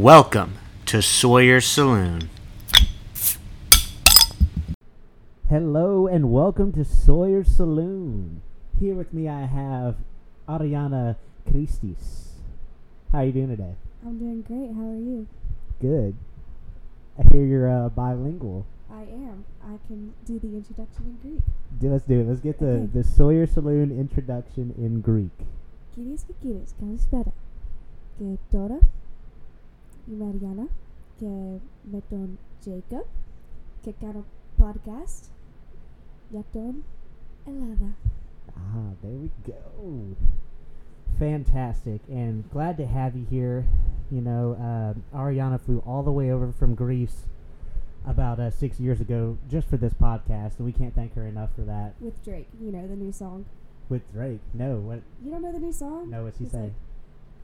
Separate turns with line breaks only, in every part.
Welcome to Sawyer Saloon.
Hello and welcome to Sawyer Saloon. Here with me I have Ariana Christis. How are you doing today?
I'm doing great. How are you?
Good. I hear you're uh, bilingual.
I am. I can do the introduction in Greek.
Do- Let's do it. Let's get the,
Okay.
the Sawyer Saloon introduction in Greek.
Κυρίες και κύριες, καλησπέρα. Και τώρα είμαι η Αριάννα και με τον Jacob και κάνω podcast για τον Ελλάδα.
Ah, there we go. Fantastic, and glad to have you here. You know, uh, Ariana flew all the way over from Greece about uh, six years ago just for this podcast, and we can't thank her enough for that.
With Drake, you know, the new song.
With Drake, no, what?
You don't know the new song?
No, what's he
It's Oh, like,
saying?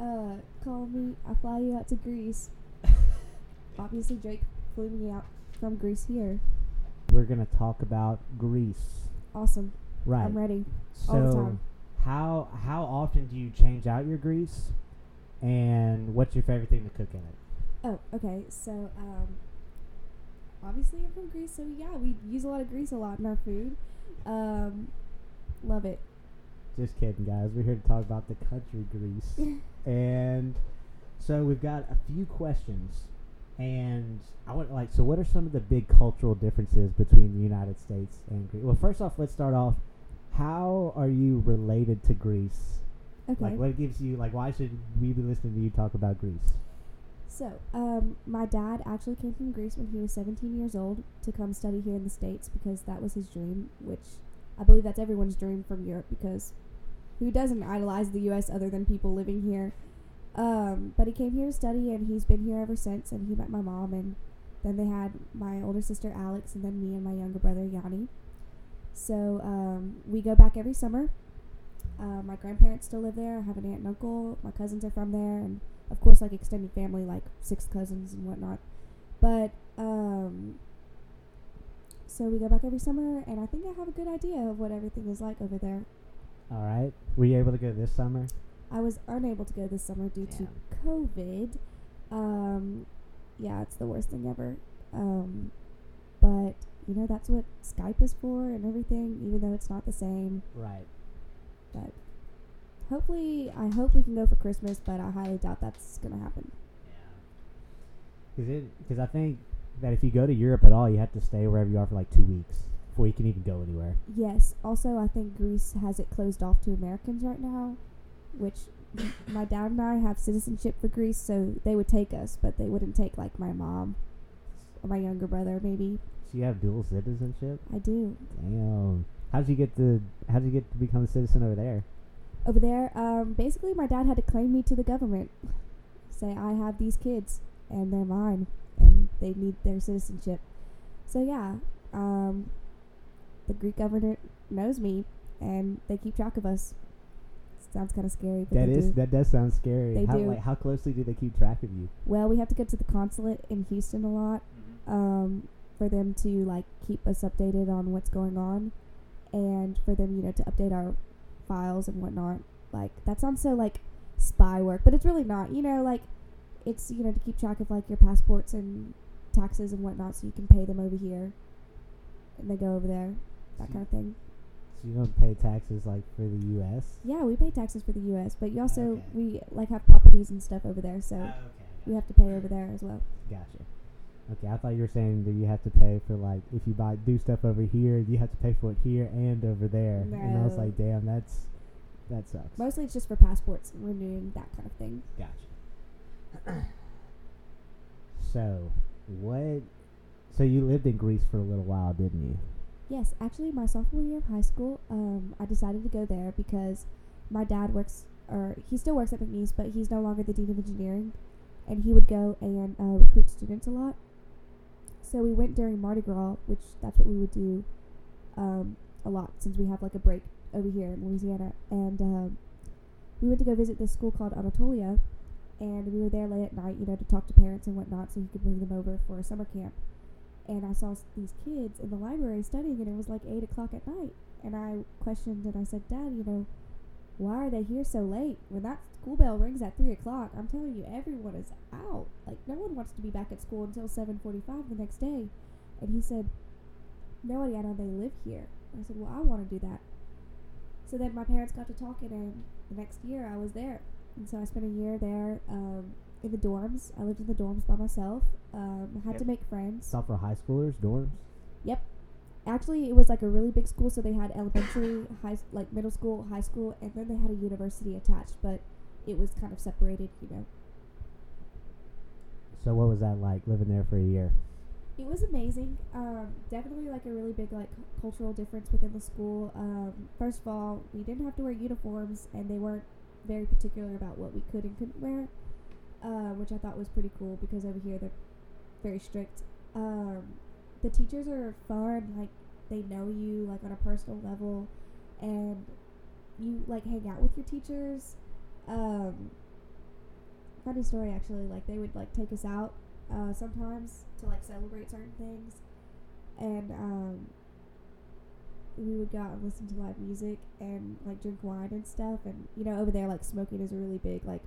uh, call me, I'll fly you out to Greece. Obviously, Drake flew me out from Greece here.
We're gonna talk about Greece,
Awesome.
right?
I'm ready.
so,
all the time.
how how often do you change out your grease, and what's your favorite thing to cook in it?
Oh, okay. So, um, obviously I'm from Greece, so yeah, we use a lot of grease a lot in our food. Um, love it.
Just kidding, guys. We're here to talk about the country Greece, and so we've got a few questions, and I want like so. What are some of the big cultural differences between the United States and Greece? Well, first off, let's start off. How are you related to Greece?
Okay.
Like, what gives you like? Why should we be listening to you talk about Greece?
So, um, my dad actually came from Greece when he was 17 years old to come study here in the States because that was his dream, which I believe that's everyone's dream from Europe because who doesn't idolize the U.S. other than people living here? Um, but he came here to study and he's been here ever since and he met my mom and then they had my older sister Alex and then me and my younger brother Yanni. So, um, we go back every summer. Uh, my grandparents still live there. I have an aunt and uncle. My cousins are from there and of course like extended family like six cousins and whatnot but um so we go back every summer and i think i have a good idea of what everything is like over there
All right. Were you able to go this summer?
i was unable to go this summer due to covid um yeah it's the worst thing ever um but you know that's what skype is for and everything even though it's not the same
Right.
but hopefully i hope we can go for christmas but i highly doubt that's gonna happen
Because because I think that if you go to Europe at all, you have to stay wherever you are for like two weeks before you can even go anywhere.
Yes. Also, I think Greece has it closed off to Americans right now, which my dad and I have citizenship for Greece, so they would take us, but they wouldn't take like my mom or my younger brother. Maybe
So you have dual citizenship.
I do
Damn. How did you get to How did you get to become a citizen over there?
over there. Um, basically, my dad had to claim me to the government, say I have these kids and they're mine and they need their citizenship. So yeah, um, the Greek government knows me and they keep track of us. Sounds kind of scary. But
That
they
is
do.
that does sound scary.
They
how
do.
like how closely do they keep track of you?
Well, we have to go to the consulate in Houston a lot um, for them to like keep us updated on what's going on, and for them, you know, to update our files and whatnot. Like that sounds so like spy work, but it's really not. You know, like it's you know to keep track of like your passports and taxes and whatnot, so you can pay them over here, and they go over there, that kind of thing.
So you don't pay taxes like for the U.S.
Yeah, we pay taxes for the U.S., but you also
Okay.
we like have properties and stuff over there, so we have to pay over there as well.
Ah, Gotcha. Okay, I thought you were saying that you have to pay for like if you buy do stuff over here, you have to pay for it here and over there. And I was
No.
like, damn, that's that sucks.
Mostly it's just for passports and renewing that kind of thing.
Gotcha. so, what? So you lived in Greece for a little while, didn't you?
Yes, actually, my sophomore year of high school, um, I decided to go there because my dad works, or he still works at McNeese, but he's no longer the dean of engineering, and he would go and uh, recruit students a lot. So we went during Mardi Gras, which that's what we would do um, a lot since we have like a break over here in Louisiana, and um, we went to go visit this school called Anatolia, and we were there late at night, you know, to talk to parents and whatnot, so he could bring them over for a summer camp and I saw s- these kids in the library studying, and it was like eight o'clock at night. And I questioned and I said, Dad, you know, why are they here so late? When that school bell rings at three o'clock, I'm telling you, everyone is out. Like, no one wants to be back at school until 7:45 the next day." And he said, "No, Indiana, they live here." And I said, "Well, I want to do that." So then my parents got to talking, and the next year I was there, and so I spent a year there um, in the dorms. I lived in the dorms by myself. Um, had to
Yep.
make friends.
Stop for high schoolers, dorms.
Actually, it was like a really big school, so they had elementary, high, s- like middle school, high school, and then they had a university attached, but it was kind of separated, you know.
So what was that like living there for a year?
It was amazing. Um, definitely like a really big like cu- cultural difference within the school. Um, first of all, we didn't have to wear uniforms, and they weren't very particular about what we could and couldn't wear, uh, which I thought was pretty cool because over here they're very strict. Um, the teachers are fun, like they know you like on a personal level, and you like hang out with your teachers. Um, funny story actually, like they would like take us out uh, sometimes to like celebrate certain things, and um, we would go out and listen to live music and like drink wine and stuff. And you know, over there, like smoking is a really big like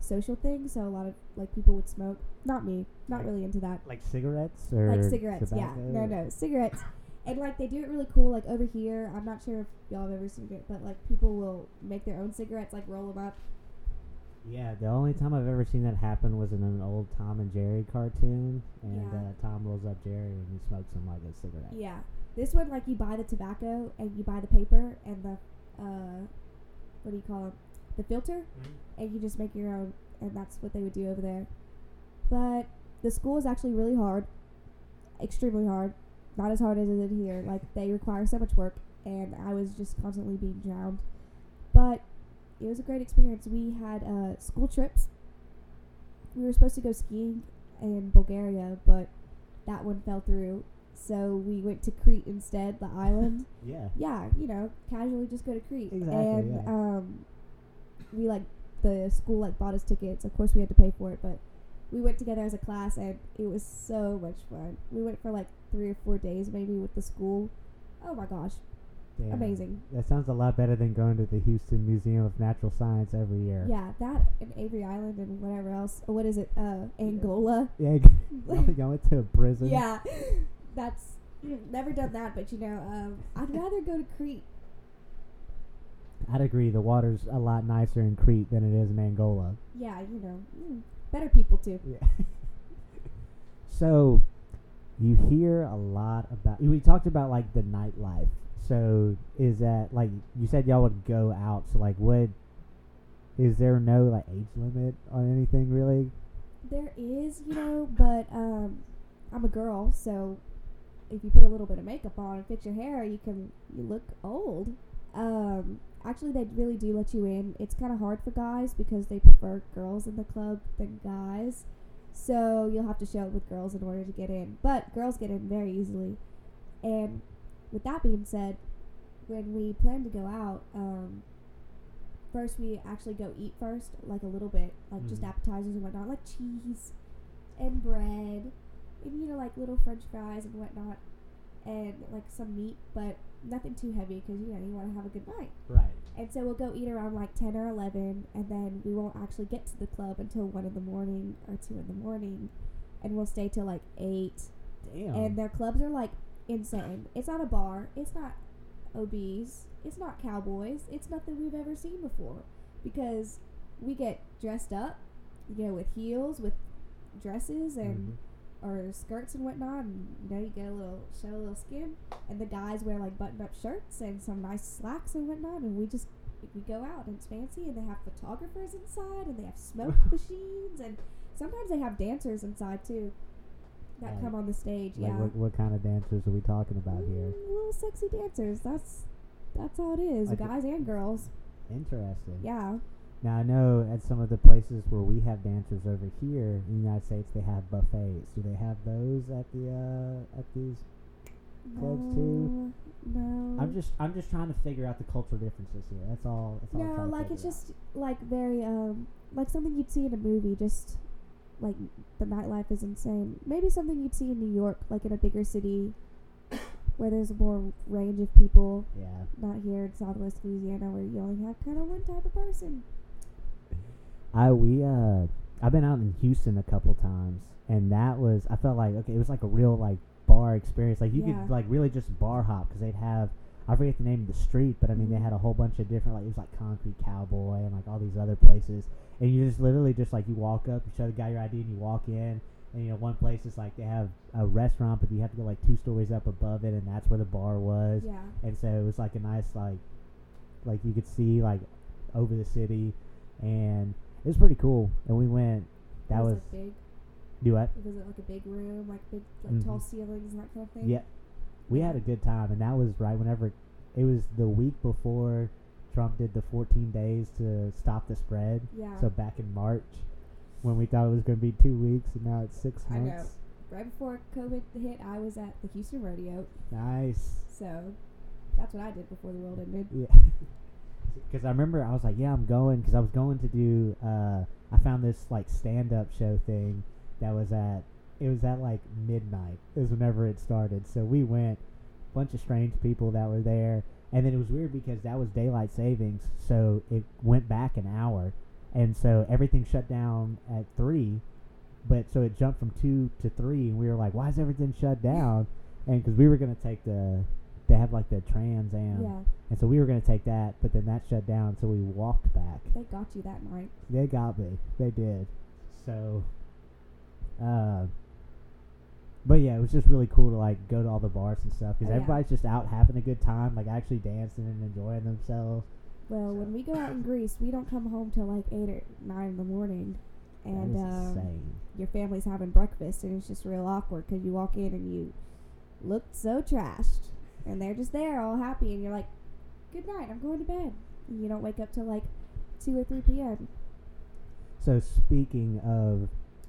social thing. So a lot of like people would smoke. Not me. Not really into that.
Like cigarettes or
Like cigarettes, yeah.
tobacco
No,
or-
no, cigarettes. And like they do it really cool. Like over here, I'm not sure if y'all have ever seen it, but like people will make their own cigarettes, like roll them up.
Yeah, the only time I've ever seen that happen was in an old Tom and Jerry cartoon, and
Yeah.
uh, Tom rolls up Jerry and he smokes him like a cigarette.
Yeah. This one, like, you buy the tobacco and you buy the paper and the, uh, what do you call it? The filter, and you just make your own, and that's what they would do over there. But the school is actually really hard, extremely hard. Not as hard as it is here. Like, they require so much work, and I was just constantly being drowned. But it was a great experience. We had uh, school trips. We were supposed to go skiing in Bulgaria, but that one fell through. So we went to Crete instead, the island.
Yeah.
yeah, you know, casually just go to Crete.
Exactly,
and
yeah.
um, we like the school like bought us tickets. Of course, we had to pay for it, but we went together as a class, and it was so much fun. We went for like three or four days, maybe, with the school. Oh my gosh,
Damn.
amazing!
That sounds a lot better than going to the Houston Museum of Natural Science every year.
Yeah, that and Avery Island and whatever else. What is it? Uh, Angola.
Yeah. Y'all y'all went to a prison.
Yeah, that's mm, never done that, but you know, um, I'd rather go to Crete.
I'd agree. The water's a lot nicer in Crete than it is in Angola.
Yeah, you know, mm, better people too.
Yeah. so, you hear a lot about. We talked about like the nightlife. So, is that like you said y'all would go out? So, like, what is there no like age limit on anything really?
There is, you know, but um, I'm a girl, so if you put a little bit of makeup on and fix your hair, you can you look old. Um, actually, they really do let you in. It's kind of hard for guys because they prefer girls in the club than guys, so you'll have to show up with girls in order to get in. But girls get in very easily. And with that being said, when we plan to go out, um, first we actually go eat first, like a little bit, like just
Mhm.
appetizers and whatnot, like cheese and bread, and you know, like little French fries and whatnot, and like some meat, but nothing too heavy because you know you want to have a good night.
Right.
And so we'll go eat around like ten or eleven, and then we won't actually get to the club until one in the morning or two in the morning, and we'll stay till like eight
Damn.
and their clubs are like insane. It's not a bar. It's not obese. It's not cowboys. It's nothing we've ever seen before because we get dressed up, you know, with heels, with dresses
Mm-hmm.
and or skirts and whatnot, and you know, you get a little show a little skin. And the guys wear like button-up shirts and some nice slacks and whatnot, and we just we go out and it's fancy, and they have photographers inside, and they have smoke machines, and sometimes they have dancers inside too that
Right.
come on the stage.
like,
yeah,
what, what kind of dancers are we talking about here?
Mm, little sexy dancers. That's that's how it is,
Like the-
guys and girls.
Interesting.
Yeah,
Now I know at some of the places where we have dancers over here in the United States, they have buffets. Do they have those at the uh, at these? Clubs too?
No, no.
I'm just I'm just trying to figure out the cultural differences here. That's all. That's all. I'm
No,
trying to
like it's
figure out.
just like very um like something you'd see in a movie. Just like the nightlife is insane. Maybe something you'd see in New York, like in a bigger city, where there's a more range of people.
yeah.
Not here in Southwest Louisiana, where you only have kind of one type of person.
I we uh I've been out in Houston a couple times, and that was I felt like okay, it was like a real like bar experience. Like you
Yeah.
could like really just bar hop because they'd have I forget the name of the street, but I mean they
Mhm.
had a whole bunch of different like it was like Concrete Cowboy and like all these other places, and you just literally just like you walk up, you show the guy your ID, and you walk in. And you know, one place is like they have a restaurant, but you have to go like two stories up above it, and that's where the bar was
Yeah.
and so it was like a nice like like you could see like over the city and it was pretty cool and we went that
it
was,
like big.
do what
Was it like a big room, like big, like
Mhm.
tall ceilings and that kind of thing?
yeah we had a good time and that was right whenever it was the week before trump did the 14 days to stop the spread
Yeah.
so back in march when we thought it was going to be two weeks and now it's six
I know.
months
right before COVID hit, I was at the Houston Rodeo,
nice
so that's what I did before the world ended.
Yeah. Because I remember I was like, yeah, I'm going. Because I was going to do. Uh, I found this like stand up show thing that was at. It was at like midnight. Is whenever it started. So we went. Bunch of strange people that were there, and then it was weird because that was daylight savings, so it went back an hour, and so everything shut down at three. But so it jumped from two to three, and we were like, "Why is everything shut down?" And because we were gonna take the, they have like the Trans Am,
Yeah,
and so we were going to take that, but then that shut down, so we walked back.
they got you that night.
They got me. They did. So, uh, but yeah, it was just really cool to like go to all the bars and stuff because
Oh, yeah.
everybody's just out having a good time, like actually dancing and enjoying themselves.
Well, when we go out in Greece, we don't come home till like eight or nine in the morning, and
that is
um,
insane.
your family's having breakfast, and it's just real awkward because you walk in and you look so trashed, and they're just there all happy, and you're like, "Good night, I'm going to bed." And you don't wake up till like two or three p.m.
So speaking of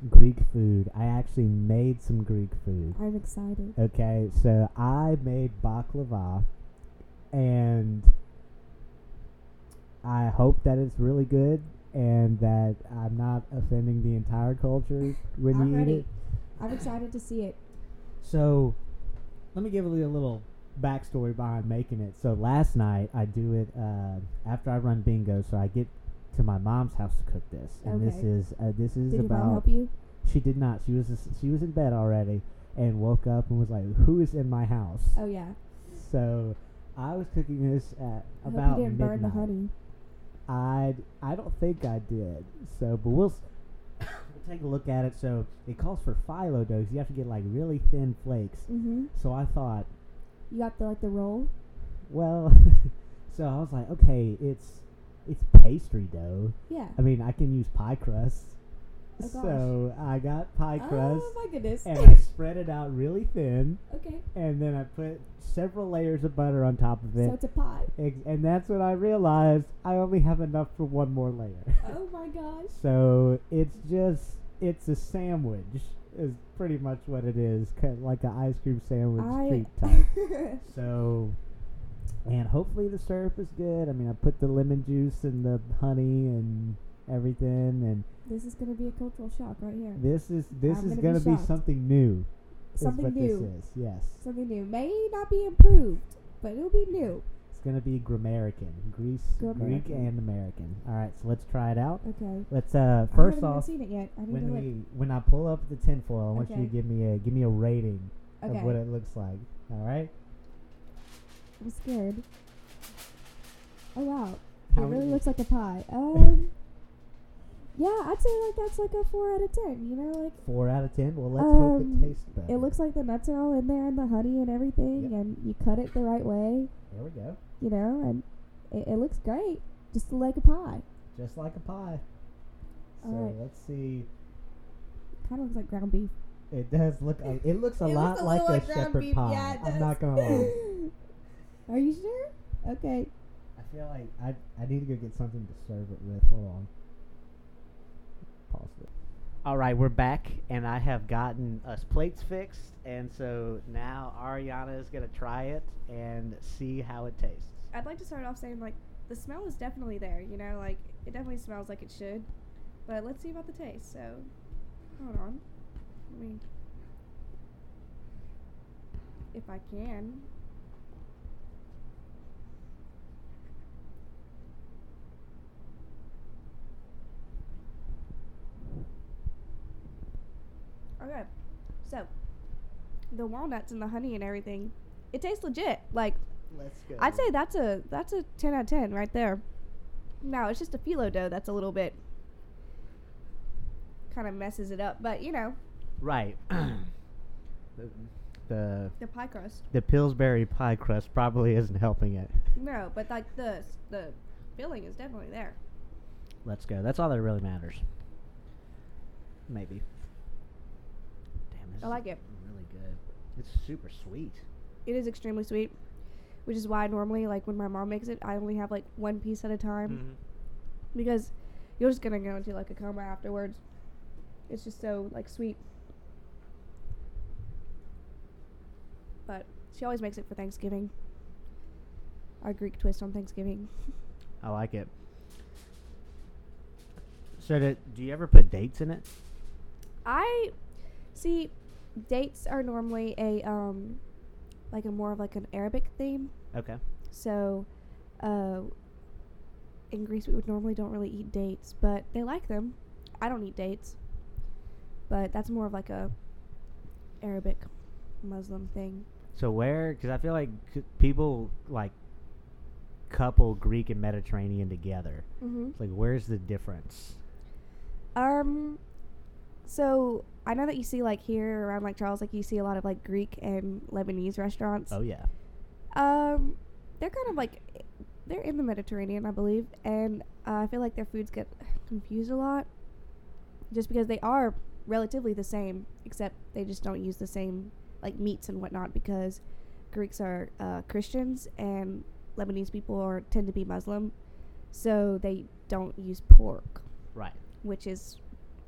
Greek food, I actually made some Greek food.
I'm excited.
Okay, so I made baklava, and I hope that it's really good and that I'm not offending the entire culture when
I'm
you
ready.
eat it.
I'm excited to see it.
So, let me give you a little backstory behind making it. So last night I do it uh, after I run bingo, so I get to my mom's house to cook this, and this
Okay.
is uh, this is
Did your mom
about
help you?
she did not she was she was in bed already and woke up and was like who is in my house
Oh yeah.
So I was cooking this at
I
about
hope you didn't
midnight.
burn the honey.
I I don't think I did. So, but we'll s- we'll take a look at it. So it calls for phyllo dough. 'cause You have to get like really thin flakes.
hmm
So I thought,
You got the like the roll.
well, so I was like, okay, it's it's pastry dough.
Yeah.
I mean, I can use pie crust.
Oh, gosh.
so I got pie crust
Oh my goodness.
and I spread it out really thin,
okay.
and then I put several layers of butter on top of it.
So it's a pie.
Ex- and that's when I realized I only have enough for one more layer.
Oh my gosh.
so it's just it's a sandwich is pretty much what it is, kind of like an ice cream sandwich treat type.
I.
so, and hopefully the syrup is good. I mean, I put the lemon juice and the honey and everything, and
this is gonna be a cultural shock right here.
this is this
I'm
is gonna
gonna be
be,
shocked.
something new. is
Something
what
new.
This is yes.
Something new. May not be improved, but it'll be new.
It's gonna be Grammarican, Greece, Greek,
Grammarican.
and American. All right, so let's try it out.
Okay.
Let's uh
I
first
haven't even
off.
seen it yet. I need
when
to look.
we when I pull up the tinfoil, I want
Okay.
you to give me a give me a rating
okay.
of what it looks like. All right,
I'm scared. Oh wow.
How
it really
many-
looks like a pie. Um. yeah, I'd say like that's like a four out of ten. You know, like
four out of ten. Well, let's hope
Um,
it tastes better.
It looks like the nuts are all in there and the honey and everything,
Yep.
and you cut it the right way,
there we go,
you know, and it, it looks great, just like a pie.
just like a pie. So
All right.
let's see.
Kind of looks like ground beef.
It does look. A, Uh, it looks a
It
lot
looks a
like
little
a
like ground
shepherd
beef,
pie.
yeah, it
I'm
does.
not gonna lie.
Are you sure? Okay.
I feel like I I need to go get something to serve it with. Hold on. Pause it. All right, we're back, and I have gotten us plates fixed, and so now Ariana is gonna try it and see how it tastes.
I'd like to start off saying like the smell is definitely there, you know, like it definitely smells like it should, but let's see about the taste. So, hold on. Let me, if I can. Okay. So, the walnuts and the honey and everything, it tastes legit. Like,
Let's go.
I'd say that's a that's a ten out of ten right there. Now it's just a phyllo dough that's a little bit kind of messes it up, but you know
right. the, the
the pie crust.
the Pillsbury pie crust probably isn't helping it.
No, but like the the filling is definitely there.
Let's go. That's all that really matters. Maybe. Damn, this
I like it.
Is really good. It's super sweet.
It is extremely sweet, which is why normally like when my mom makes it, I only have like one piece at a time because you're just gonna go into like a coma afterwards. It's just so like sweet. But she always makes it for Thanksgiving. Our Greek twist on Thanksgiving.
I like it. So, do, do you ever put dates in it?
I see dates are normally a um like a more of like an Arabic theme.
Okay.
So uh in Greece we would normally don't really eat dates, but they like them. I don't eat dates. But that's more of like a Arabic Muslim thing.
So where? Because I feel like c- people like couple Greek and Mediterranean together.
Mhm.
It's like, where's the difference?
Um, so I know that you see like here around like Charles, like you see a lot of like Greek and Lebanese restaurants.
Oh yeah.
Um, they're kind of like they're in the Mediterranean, I believe, and uh, I feel like their foods get confused a lot, just because they are relatively the same, except they just don't use the same like meats and whatnot because Greeks are uh, Christians and Lebanese people are tend to be Muslim, so they don't use pork
Right.
which is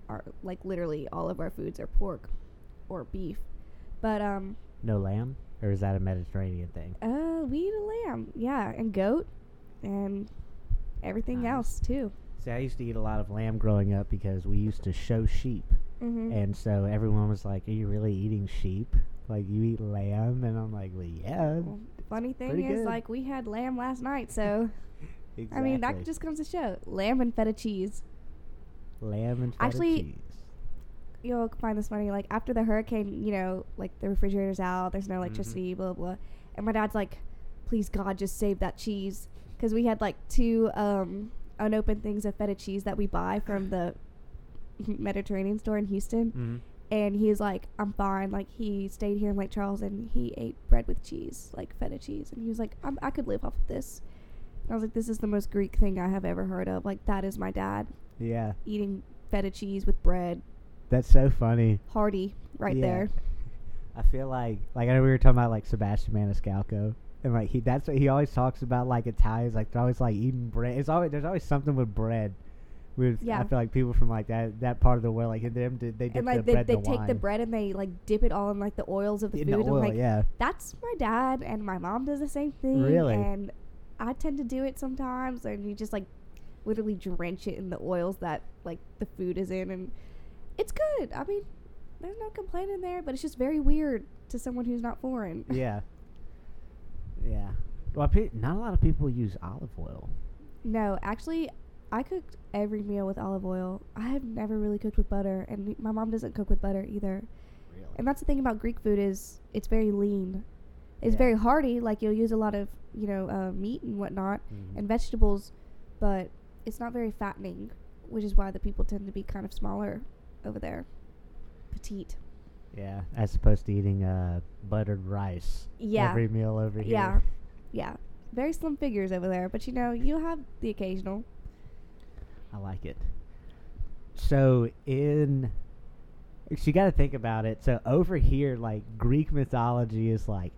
our like literally all of our foods are pork or beef. But um
No lamb, or is that a Mediterranean thing?
uh we eat a lamb, yeah, and goat and everything
Nice.
else too.
See, I used to eat a lot of lamb growing up because we used to show sheep,
Mm-hmm.
and so everyone was like, "Are you really eating sheep? Like you eat lamb?" And I'm like, "Well, yeah."
funny thing
pretty
is
good.
like we had lamb last night, so
Exactly.
I mean that just comes to show lamb and feta cheese.
lamb and feta
Actually-
cheese.
you'll find this funny. Like after the hurricane, you know, like the refrigerator's out, there's no
Mhm.
electricity,
Mm-hmm.
blah blah. And my dad's like, "Please God, just save that cheese," because we had like two um, unopened things of feta cheese that we buy from the Mediterranean store in Houston.
Mm-hmm.
And he's like, "I'm fine." Like he stayed here in Lake Charles and he ate bread with cheese, like feta cheese, and he was like, I'm, "I could live off of this." And I was like, "This is the most Greek thing I have ever heard of. Like that is my dad
Yeah,
eating feta cheese with bread."
that's so funny.
Hardy, right
Yeah.
there.
I feel like like I know we were talking about like Sebastian Maniscalco and like he that's what he always talks about like Italians like they're always like eating bread. It's always there's always something with bread. With
Yeah.
I feel like people from like that that part of the world like them did they dip
and like
their
they,
bread
they
in the
take the
wine.
bread and they like dip it all in like the oils of the
in
food.
the oil,
I'm like,
yeah.
that's my dad and my mom does the same thing.
Really?
And I tend to do it sometimes, and you just like literally drench it in the oils that like the food is in, and it's good. I mean, there's no complaining there, but it's just very weird to someone who's not foreign.
Yeah. Yeah. Well, pe- not a lot of people use olive oil.
No, actually, I cooked every meal with olive oil. I have never really cooked with butter, and my mom doesn't cook with butter either.
Really?
And that's the thing about Greek food is it's very lean. It's
Yeah.
very hearty. Like you'll use a lot of you know uh, meat and whatnot
Mhm.
and vegetables, but it's not very fattening, which is why the people tend to be kind of smaller over there, petite.
yeah, as opposed to eating uh, buttered rice
Yeah.
every meal over here.
Yeah, yeah, very slim figures over there. But you know you have the occasional.
I like it. So in so you got to think about it. So over here like Greek mythology is like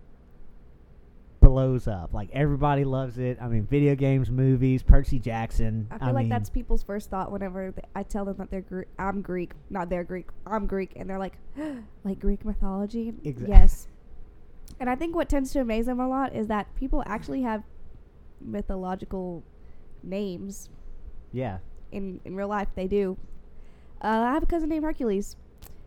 blows up. Like everybody loves it. I mean video games, movies, Percy Jackson.
I feel like
mean,
that's people's first thought whenever th- I tell them that they're Greek. I'm Greek, not they're Greek. I'm Greek, and they're like, like Greek mythology.
Exa-
Yes. And I think what tends to amaze them a lot is that people actually have mythological names
Yeah.
in in real life. They do. Uh, I have a cousin named Hercules.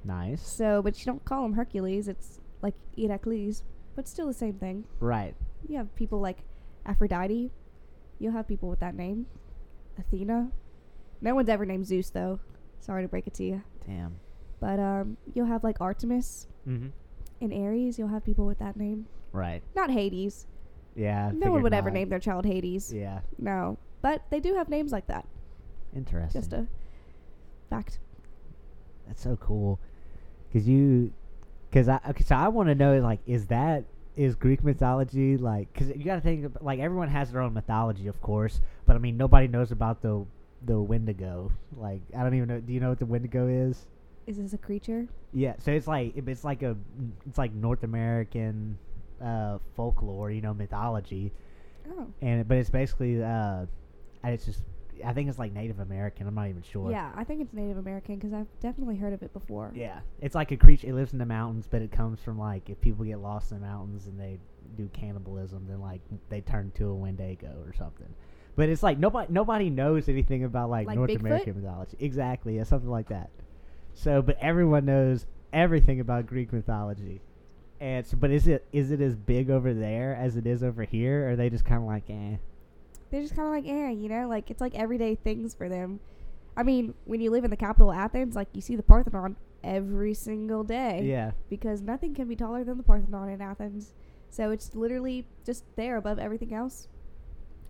Nice.
So, but you don't call him Hercules. It's like Heracles, but still the same thing.
Right.
You have people like Aphrodite. You'll have people with that name. Athena. No one's ever named Zeus, though. Sorry to break it to you.
Damn.
But um, you'll have like Artemis
Mm-hmm.
and Aries. You'll have people with that name.
Right.
Not Hades.
Yeah. I
no one
figured
would ever
not.
name their child Hades.
Yeah.
No. But they do have names like that.
Interesting.
Just a fact.
That's so cool. Cause you, cause I, okay, so I want to know like, is that is Greek mythology like? Cause you got to think ab- like everyone has their own mythology, of course. But I mean, nobody knows about the the Wendigo. Like, I don't even know. Do you know what the Wendigo is?
Is this a creature?
Yeah. So it's like it- it's like a it's like North American uh, folklore, you know, mythology.
Oh.
And but it's basically uh, and it's just I think it's like Native American. I'm not even sure.
Yeah, I think it's Native American because I've definitely heard of it before.
Yeah, it's like a creature. It lives in the mountains, but it comes from like if people get lost in the mountains and they do cannibalism, then like they turn to a Wendigo or something. But it's like nobody nobody knows anything about like,
Like
North
Bigfoot?
American mythology. Exactly, yeah, something like that. So, but everyone knows everything about Greek mythology. And so, but is it is it as big over there as it is over here? Or are they just kind of like, eh?
They're just kind of like, eh, you know, like it's like everyday things for them. I mean, when you live in the capital Athens, like you see the Parthenon every single day.
Yeah,
Because nothing can be taller than the Parthenon in Athens. So it's literally just there above everything else.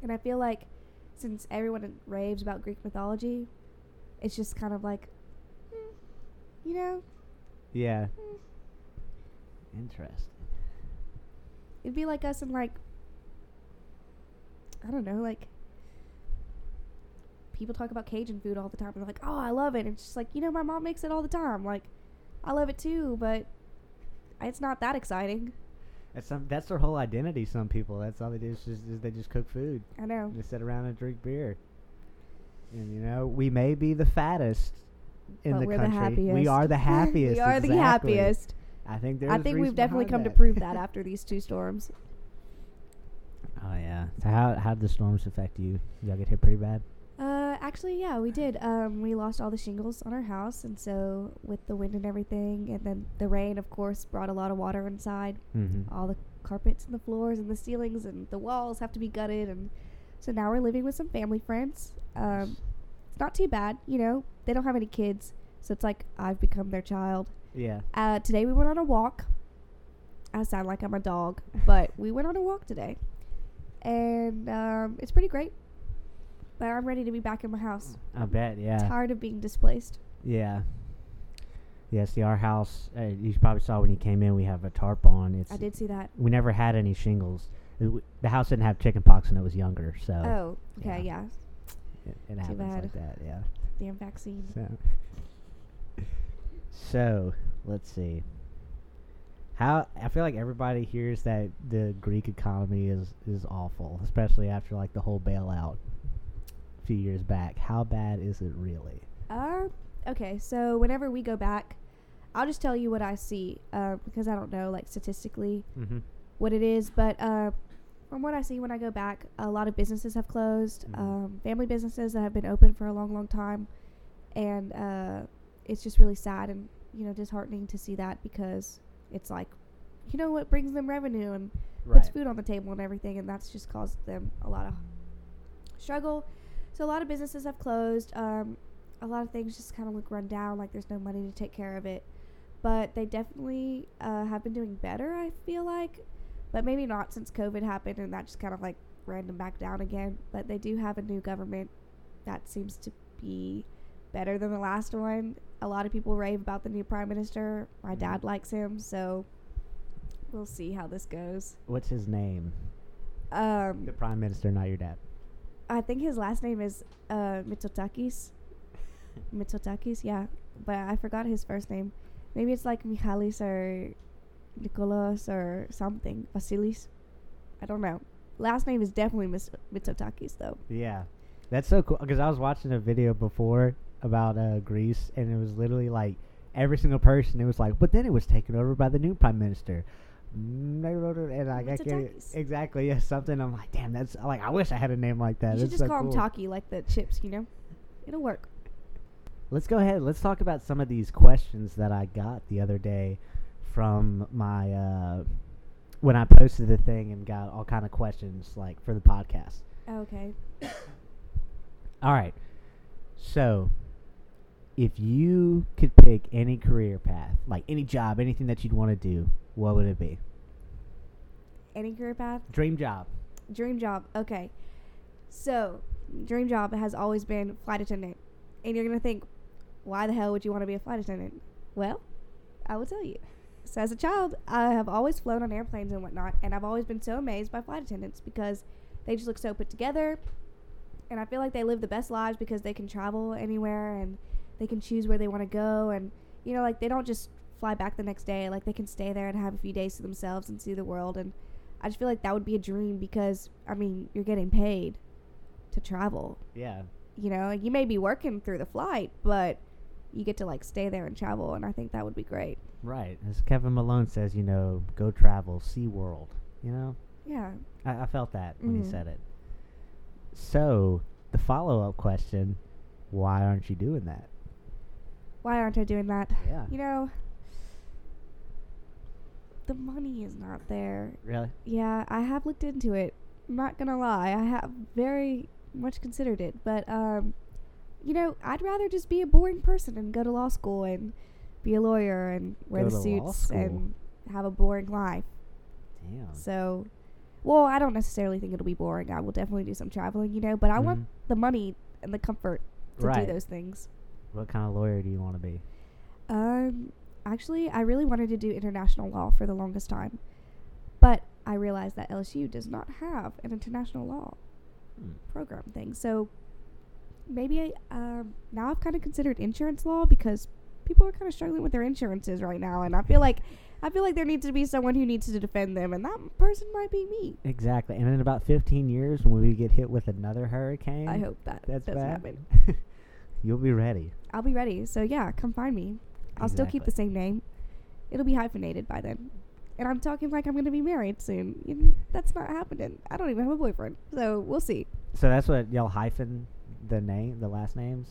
And I feel like since everyone raves about Greek mythology, it's just kind of like, mm, you know,
yeah.
mm,
Interesting.
It'd be like us in like I don't know, like people talk about Cajun food all the time. They're like, "Oh, I love it." It's just like, you know, my mom makes it all the time. Like, I love it too, but it's not that exciting.
That's some. That's their whole identity. Some people. That's all they do is, just, is they just cook food.
I know.
They sit around and drink beer. And you know, we may be the fattest in
but
the
we're
country.
the happiest.
we are the happiest.
we are
exactly.
the happiest.
I think there's.
I think
reason
we've definitely come
behind
to prove that after these two storms.
oh yeah. So how how did the storms affect you? Y'all get hit pretty bad.
Uh, actually, yeah, we did. Um, we lost all the shingles on our house, and so with the wind and everything, and then the rain, of course, brought a lot of water inside.
Mm-hmm.
all the carpets and the floors and the ceilings and the walls have to be gutted and so now we're living with some family friends um, it's not too bad you know they don't have any kids so it's like i've become their child
Yeah.
uh, today we went on a walk i sound like i'm a dog but we went on a walk today and um, it's pretty great but i'm ready to be back in my house
I bet. Yeah.
tired of being displaced
Yeah. Yeah. See, our house. Uh, you probably saw when you came in. We have a tarp on. It's.
i did see that
We never had any shingles. It w- The house didn't have chicken pox when it was younger, so
oh okay
yeah.
yeah,
it, it happens
bad.
like that. Yeah.
damn vaccine
So, so let's see. How I feel like everybody hears that the Greek economy is is awful, especially after like the whole bailout a few years back. How bad is it really?
Uh, okay. So whenever we go back, I'll just tell you what I see uh, because I don't know like statistically
Mm-hmm.
what it is, but uh, from what I see when I go back, a lot of businesses have closed,
Mhm.
um, family businesses that have been open for a long, long time, and uh, it's just really sad and you know disheartening to see that because it's like, you know, what brings them revenue and puts food on the table and everything, and that's just caused them a lot of struggle. So a lot of businesses have closed. Um, a lot of things just kind of look run down, like there's no money to take care of it. But they definitely uh, have been doing better. I feel like, but maybe not since COVID happened, and that just kind of like ran them back down again. But they do have a new government that seems to be better than the last one. A lot of people rave about the new prime minister. My
Mhm.
dad likes him, so we'll see how this goes.
What's his name?
Um,
The prime minister, not your dad.
I think his last name is uh, Mitsotakis. Mitsotakis, yeah, but I forgot his first name. Maybe it's like Michalis or Nicholas or something. Vasilis. I don't know. Last name is definitely Mis- Mitsotakis, though.
Yeah, that's so cool. Because I was watching a video before about uh, Greece, and it was literally like every single person. It was like, but then it was taken over by the new prime minister. Mm, And I got
Mitsotakis.
exactly yeah something. I'm like, damn, that's like I wish I had a name like that.
you should
That's
just
so
call
cool.
him Taki, like the chips, you know? It'll work.
Let's go ahead. Let's talk about some of these questions that I got the other day from my uh, when I posted the thing and got all kind of questions like for the podcast.
Okay.
All right. So, if you could pick any career path, like any job, anything that you'd want to do, what would it be?
Any career path?
Dream job.
Dream job. Okay. So, dream job has always been flight attendant. And you're going to think, why the hell would you want to be a flight attendant? Well, I will tell you. So, as a child, I have always flown on airplanes and whatnot, and I've always been so amazed by flight attendants because they just look so put together. And I feel like they live the best lives because they can travel anywhere and they can choose where they want to go. And, you know, like they don't just fly back the next day, like they can stay there and have a few days to themselves and see the world. And I just feel like that would be a dream because, I mean, you're getting paid to travel
Yeah.
you know you may be working through the flight but you get to like stay there and travel and i think that would be great
Right. As Kevin Malone says, you know, go travel, see world. You know,
yeah
I, I felt that when he
Mhm.
said it. So the follow up question: Why aren't you doing that?
why aren't i doing that
Yeah.
you know the money is not there
Really?
yeah i have looked into it i'm not gonna lie i have very much considered it but um you know i'd rather just be a boring person and go to law school and be a lawyer and wear
Go
the
to law
suits
school?
and have a boring life
Damn.
So, well, I don't necessarily think it'll be boring. I will definitely do some traveling, you know, but I
Mhm.
want the money and the comfort to
Right.
do those things.
What kind of lawyer do you want to be?
Um, actually, I really wanted to do international law for the longest time, but I realized that LSU does not have an international law
Hmm.
program thing. So maybe um, now I've kind of considered insurance law because people are kind of struggling with their insurances right now, and I feel like I feel like there needs to be someone who needs to defend them, and that person might be me.
Exactly. And in about 15 years, when we get hit with another hurricane,
I hope that
that's
doesn't
bad.
happen.
You'll be ready.
I'll be ready. So yeah, come find me. I'll still keep the
Exactly.
same name. It'll be hyphenated by then. And I'm talking like I'm going to be married soon. And that's not happening. I don't even have a boyfriend. So we'll see.
So that's what y'all hyphen the name, the last names.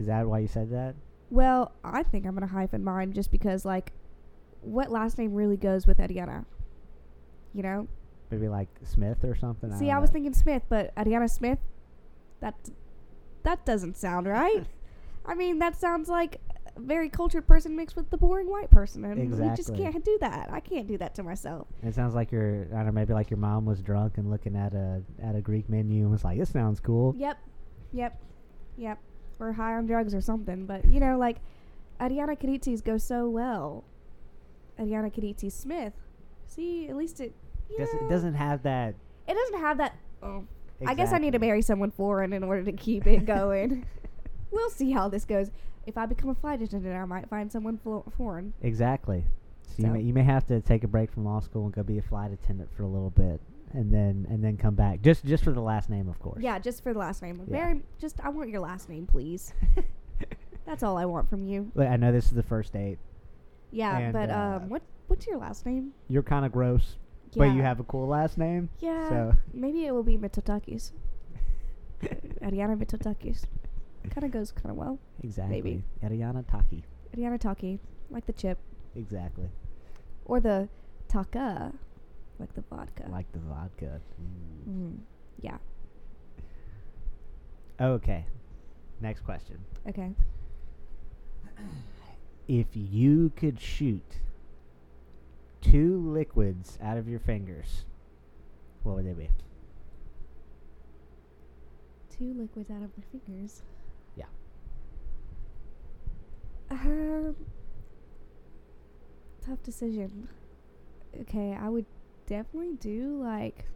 Is that why you said that?
Well, I think I'm going to hyphen mine just because, like, what last name really goes with Adiana? You know?
Maybe like Smith or something.
see,
don't
I was
know.
thinking Smith, but Adiana Smith, that, that doesn't sound right. I mean, that sounds like a very cultured person mixed with the boring white person. And we just
Exactly.
can't do that. I can't do that to myself.
It sounds like your, I don't know, maybe like your mom was drunk and looking at a at a Greek menu and was like, "This sounds cool."
Yep. Yep. Yep. Or high on drugs or something. But, you know, like, Ariana Caritis go so well. Ariana Caritis Smith. See, at least it. You
Does-
know,
it doesn't have that.
It doesn't have that. Oh. I guess I need to marry someone foreign in order to keep it going. we'll see how this goes. If I become a flight attendant, I might find someone flo- foreign.
Exactly. So, You, may,
So-
you may have to take a break from law school and go be a flight attendant for a little bit, and then and then come back just just for the last name, of course.
Yeah, just for the last name.
Yeah.
Very, just I want your last name, please. That's all I want from you.
Look, I know this is the first date.
Yeah,
And,
but
uh,
um, what what's your last name?
You're kind of gross, but you
Yeah.
have a cool last name.
Yeah.
So
Maybe it will be Mitsotakis. Ariana Mitsotakis. Kind of goes kind of well.
exactly. Ariana Taki.
Ariana Taki, like the chip.
Exactly.
Or the taka, like the vodka.
Like the vodka. Mm.
Mm. Yeah.
Okay. Next question.
Okay.
If you could shoot two liquids out of your fingers, what would they be?
Two liquids out of my fingers.
Yeah.
Um, tough decision. Okay, I would definitely do like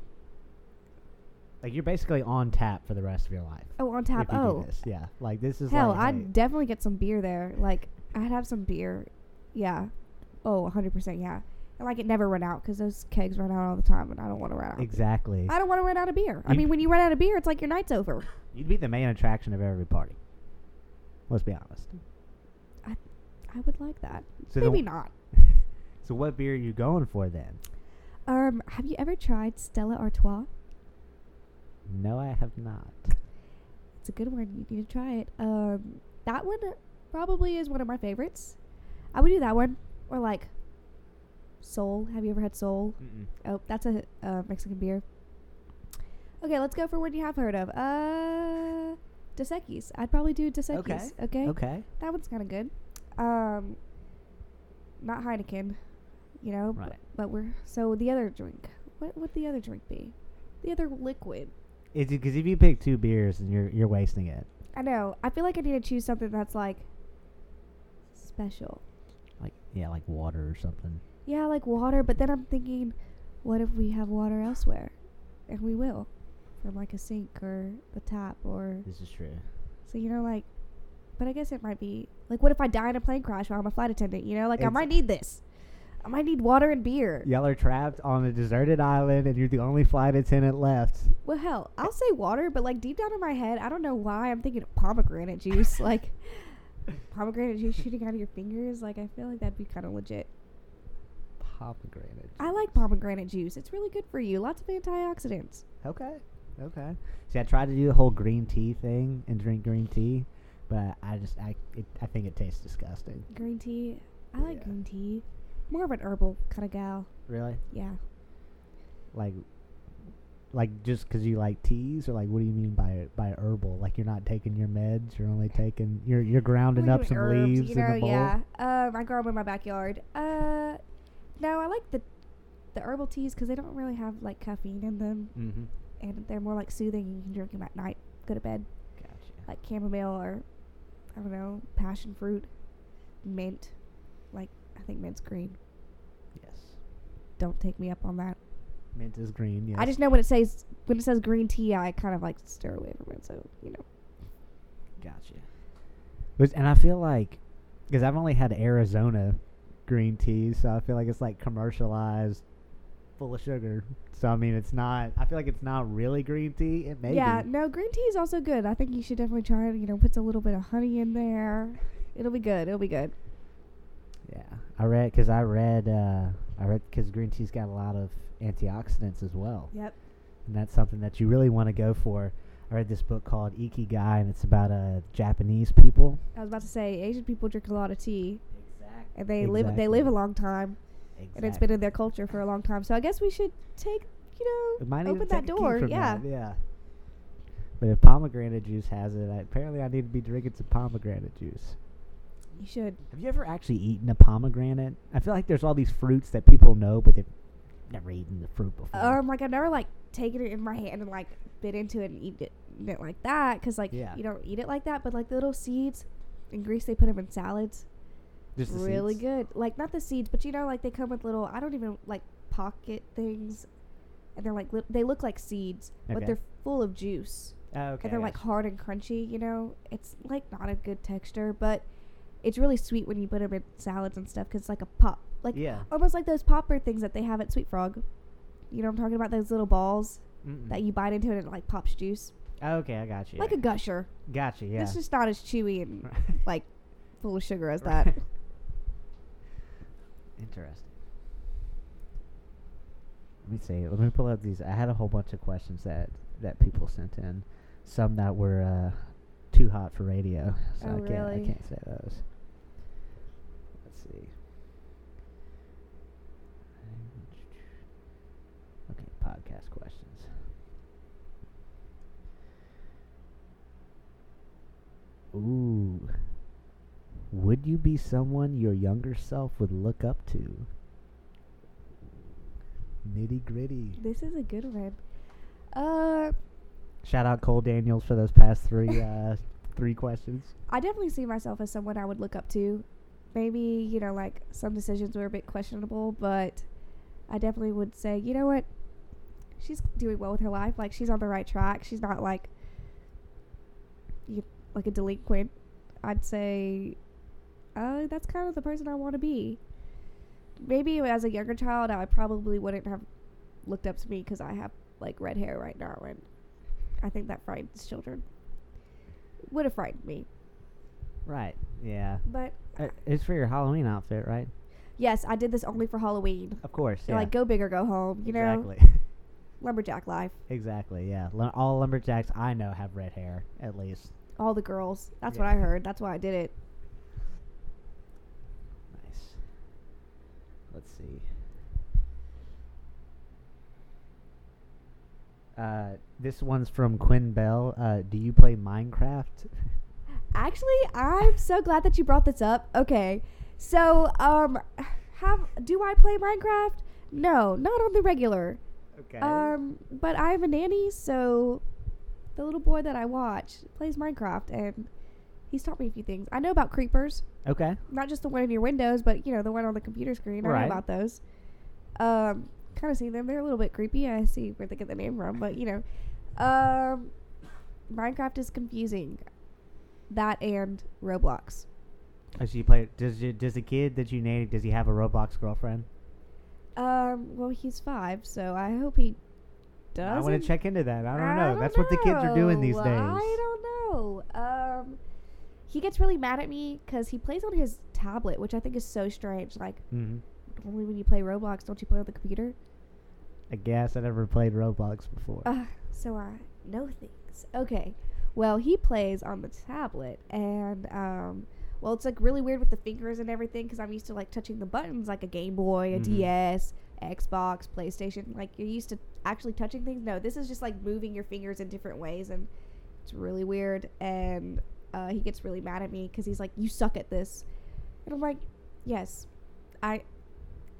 Like you're basically on tap for the rest of your life.
oh on tap
if you do
oh
this. yeah. Like this is
Hell,
like,
I'd
hey,
definitely get some beer there. Like, I'd have some beer. Yeah. Oh, 100%. Yeah. And, like, it never run out because those kegs run out all the time, and I don't want to run out.
exactly.
I don't want to run out of beer. I
You-
mean, when you run out of beer, it's like your night's over.
You'd be the main attraction of every party. Let's be honest.
I, I would like that.
So
Maybe
don't-
not.
So what beer are you going for then?
Um, have you ever tried Stella Artois?
No, I have not.
It's a good one. You need to try it. Um, that one probably is one of my favorites. I would do that one. Or, like, Soul. Have you ever had Soul? Oh, that's a uh, Mexican beer. Okay, let's go for one you have heard of. Uh, Dos Equis. I'd probably do Dos Equis. Okay.
Okay.
That one's kind of good. Um, not Heineken, you know.
Right.
But, but we're so the other drink. What would the other drink be? The other liquid.
Is it because if you pick two beers and you're you're wasting it,
I know. I feel like I need to choose something that's like special.
like yeah, like water or something.
Yeah, I like water, but then I'm thinking, what if we have water elsewhere? And we will. From like a sink or the tap or
This is true.
so you know like but I guess it might be like what if I die in a plane crash while I'm a flight attendant, you know? Like I
It's-
might need this. I might need water and beer.
Y'all are trapped on a deserted island, and you're the only flight attendant left.
Well hell, I'll say water, but like deep down in my head, I don't know why I'm thinking of pomegranate juice. like pomegranate juice shooting out of your fingers, like I feel like that'd be kinda legit.
Pomegranate.
I like pomegranate juice. It's really good for you. Lots of antioxidants.
Okay. Okay. See, I tried to do the whole green tea thing and drink green tea, but I just I it, I think it tastes disgusting.
Green tea. I like
Yeah.
green tea. More of an herbal kind of gal.
Really?
Yeah.
Like like just cuz you like teas or like what do you mean by by herbal? Like you're not taking your meds, you're only taking you're you're grounding
Like
up
doing
some
herbs,
leaves
you know,
in a bowl.
Yeah. Um, I grow them in my backyard. Uh, no, I like the the herbal teas because they don't really have like caffeine in them,
Mhm.
and they're more like soothing. You can drink them at night. Go to bed.
Gotcha.
Like chamomile or I don't know, passion fruit, mint. Like I think mint's green.
yes.
Don't take me up on that.
Mint is green, yes.
I just know when it says when it says green tea, I kind of like steer away from it. So you know.
Gotcha. Which, and I feel like, because I've only had Arizona green tea, so I feel like it's like commercialized, full of sugar. So I mean, it's not. I feel like it's not really green tea. It may
Yeah,
be.
no, green tea is also good. I think you should definitely try it. You know, puts a little bit of honey in there. It'll be good. It'll be good.
Yeah, I read because I read uh, I read because green tea's got a lot of antioxidants as well,
Yep.
and that's something that you really want to go for. I read this book called Ikigai, and it's about uh, Japanese people.
I was about to say Asian people drink a lot of tea,
Exactly.
and they live they live a long time,
Exactly.
and it's been in their culture for a long time. So I guess we should take you
It
know
might even
open that
take a key
door.
from
Yeah.
that, yeah. But if pomegranate juice has it, I, apparently I need to be drinking some pomegranate juice.
You should.
Have you ever actually eaten a pomegranate? I feel like there's all these fruits that people know, but they've never eaten the fruit before.
Um, like I've never like taken it in my hand and like bit into it and eat it, eaten it like that, cause like
Yeah.
you don't eat it like that. But like the little seeds, in Greece they put them in salads.
Just the
really
seeds?
good. Like not the seeds, but you know, like they come with little. I don't even like pocket things, and they're like li- they look like seeds, but
Okay.
they're full of juice,
Oh, okay.
and they're
I
like
gotcha.
hard and crunchy. You know, it's like not a good texture, but it's really sweet when you put them in salads and stuff because it's like a pop, like
Yeah.
almost like those popper things that they have at Sweet Frog. You know, what I'm talking about those little balls
Mm-mm.
that you bite into and it like pops juice,
Oh, okay, I got you.
like a gusher.
gotcha. Yeah.
It's just not as chewy and like full of sugar as
Right.
that.
Interesting. Let me see. Let me pull up these. I had a whole bunch of questions that that people sent in. Some that were uh, too hot for radio, so
Oh,
I can't.
really?
I can't say those. Let's see. Okay, podcast questions. Ooh. Would you be someone your younger self would look up to? Nitty gritty.
This is a good one. Uh,
Shout out Cole Daniels for those past three uh, three questions.
I definitely see myself as someone I would look up to. Maybe you know, like some decisions were a bit questionable, but I definitely would say, you know what, she's doing well with her life. Like she's on the right track. She's not like you, like a delinquent. I'd say, uh, that's kind of the person I want to be. Maybe as a younger child, I probably wouldn't have looked up to me because I have like red hair right now, and I think that frightens children. Would have frightened me,
Right. Yeah.
but
Uh, It's for your Halloween outfit, right?
yes, I did this only for Halloween.
Of course.
They're
yeah.
Like go big or go home, you know.
Exactly.
Lumberjack life.
exactly. Yeah. Lu- all lumberjacks I know have red hair, at least.
All the girls. That's
Yeah.
what I heard. That's why I did it.
Nice. Let's see. Uh, this one's from Quinn Bell. Uh, do you play Minecraft?
Actually, I'm so glad that you brought this up. Okay, so um, have do I play Minecraft? No, not on the regular.
Okay.
Um, but I have a nanny, so the little boy that I watch plays Minecraft, and he's taught me a few things. I know about creepers,
okay.
not just the one in your windows, but you know the one on the computer screen. I
Right.
know about those. Um, kind of see them. They're a little bit creepy. I see where they get the name from, but you know, um, Minecraft is confusing. That and Roblox.
Oh, so you play? Does you, does the kid that you named? Does he have a Roblox girlfriend?
Um, well, he's five, so I hope he does.
I want to check into that. I don't know. That's what the kids are doing these days.
I don't know. Um, he gets really mad at me because he plays on his tablet, which I think is so strange. Like,
hmm
only when you play Roblox, don't you play on the computer?
I guess I never played Roblox before.
Uh, so I know things. Okay. Well, he plays on the tablet, and um, well, it's like really weird with the fingers and everything because I'm used to like touching the buttons, like a Game Boy, a
Mhm.
DS, Xbox, PlayStation. Like you're used to actually touching things. No, this is just like moving your fingers in different ways, and it's really weird. And uh, he gets really mad at me because he's like, "You suck at this," and I'm like, "Yes, I."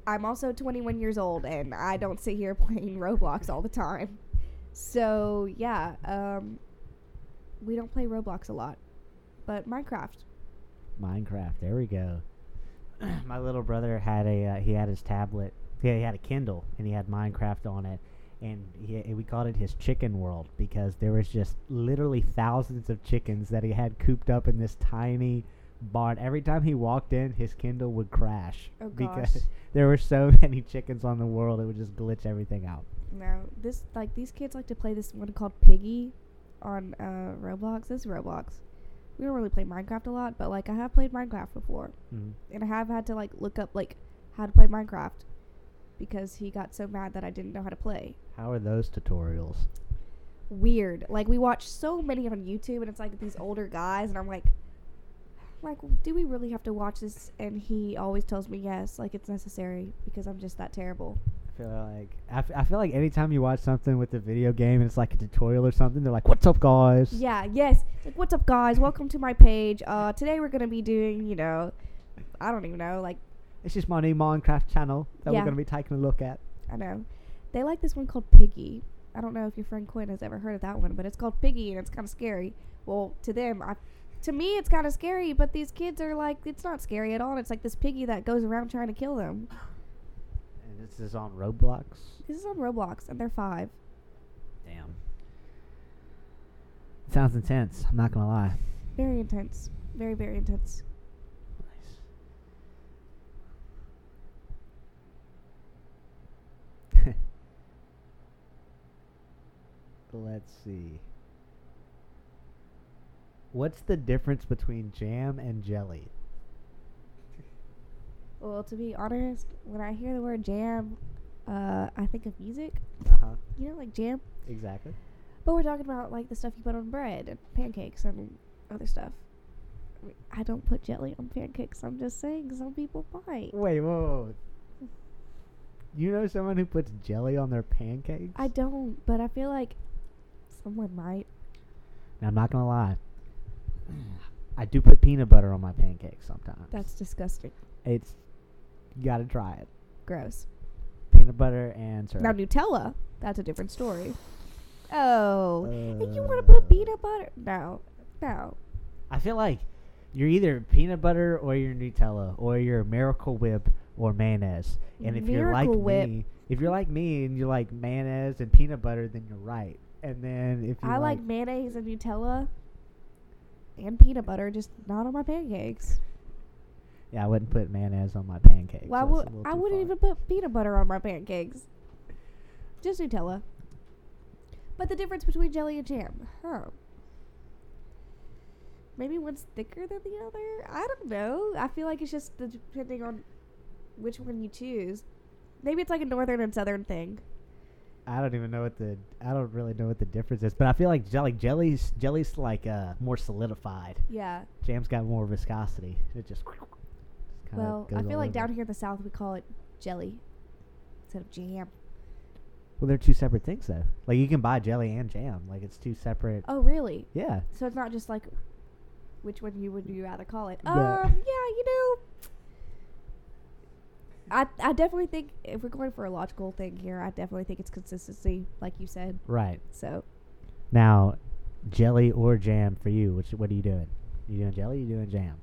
I'm also 21 years old, and I don't sit here playing Roblox all the time. So yeah, um, we don't play Roblox a lot, but Minecraft.
Minecraft. There we go. My little brother had a uh, he had his tablet. Yeah, he had a Kindle and he had Minecraft on it, and he, we called it his chicken world because there was just literally thousands of chickens that he had cooped up in this tiny barn. Every time he walked in, his Kindle would crash
Oh, gosh.
because there were so many chickens on the world. It would just glitch everything out.
No, this like these kids like to play this one called Piggy on uh, Roblox. This is Roblox. We don't really play Minecraft a lot, but like I have played Minecraft before,
Mm.
and I have had to like look up like how to play Minecraft because he got so mad that I didn't know how to play.
How are those tutorials?
weird. Like we watch so many on YouTube, and it's like these older guys, and I'm like, like, do we really have to watch this? And he always tells me yes, like it's necessary because I'm just that terrible.
I feel like I, f- I feel like anytime you watch something with a video game and it's like a tutorial or something, they're like, "What's up, guys?"
Yeah, yes. Like, what's up, guys? Welcome to my page. Uh, today we're gonna be doing, you know, I don't even know, like,
This is my new Minecraft channel that
Yeah.
we're gonna be taking a look at.
I know. They like this one called Piggy. I don't know if your friend Quinn has ever heard of that one, but it's called Piggy and it's kind of scary. Well, to them, I, to me, it's kind of scary, but these kids are like, it's not scary at all. It's like this piggy that goes around trying to kill them.
And this is on Roblox.
This is on Roblox and they're five.
Damn. Sounds intense. I'm not gonna lie.
Very intense. Very, very intense.
Nice. Let's see. What's the difference between jam and jelly?
Well, to be honest, when I hear the word jam, uh, I think of music.
Uh huh.
You know, like jam.
Exactly.
But we're talking about like the stuff you put on bread and pancakes and other stuff. I mean, I don't put jelly on pancakes. I'm just saying some people might.
Wait, whoa, whoa. whoa. You know someone who puts jelly on their pancakes?
I don't, but I feel like someone might.
Now, I'm not gonna lie. I do put peanut butter on my pancakes sometimes.
That's disgusting.
it's. You gotta try it.
Gross.
Peanut butter and syrup.
Now Nutella, that's a different story. Oh, and you want to
Uh.
put peanut butter? No, no.
I feel like you're either peanut butter or you're Nutella or you're Miracle Whip or mayonnaise. And if you're like
Miracle Whip.
me, if you're like me and you like mayonnaise and peanut butter, then you're right. And then if you
I
like,
like mayonnaise and Nutella and peanut butter, just not on my pancakes.
yeah, I wouldn't put mayonnaise on my pancakes.
Why
That's a
would
little
I
too
wouldn't
far.
even put peanut butter on my pancakes? Just Nutella. But the difference between jelly and jam, huh? Maybe one's thicker than the other. I don't know. I feel like it's just the, depending on which one you choose. Maybe it's like a northern and southern thing.
I don't even know what the I don't really know what the difference is, but I feel like jelly jelly's jelly's like uh more solidified.
Yeah.
Jam's got more viscosity. It just kinda
well, I
goes
feel
all
like
over.
down here in the south we call it jelly instead of jam.
Well, they're two separate things though. Like you can buy jelly and jam. Like it's two separate.
Oh, really?
Yeah.
So it's not just like which one you would you rather call it?
Yeah.
Um, yeah, you know. I, I definitely think if we're going for a logical thing here, I definitely think it's consistency, like you said.
Right.
So
Now, jelly or jam for you? Which what are you doing? You doing jelly? You doing jam?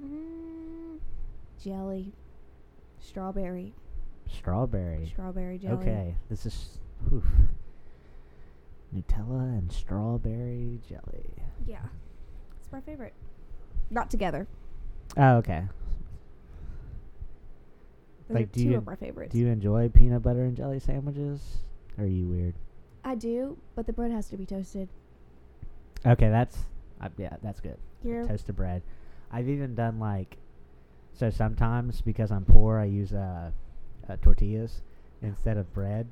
Mm, jelly, strawberry,
Strawberry.
strawberry jelly.
Okay. This is oof. Nutella and strawberry jelly.
Yeah, it's my favorite. Not together.
Oh, okay.
Those
Like,
are
do
two
you-
of my favorites.
Do you enjoy peanut butter and jelly sandwiches? Or are you weird?
I do, but the bread has to be toasted.
Okay, that's uh, yeah, that's good.
Yeah.
Toasted bread. I've even done like so sometimes because I'm poor, I use uh, uh tortillas instead of bread,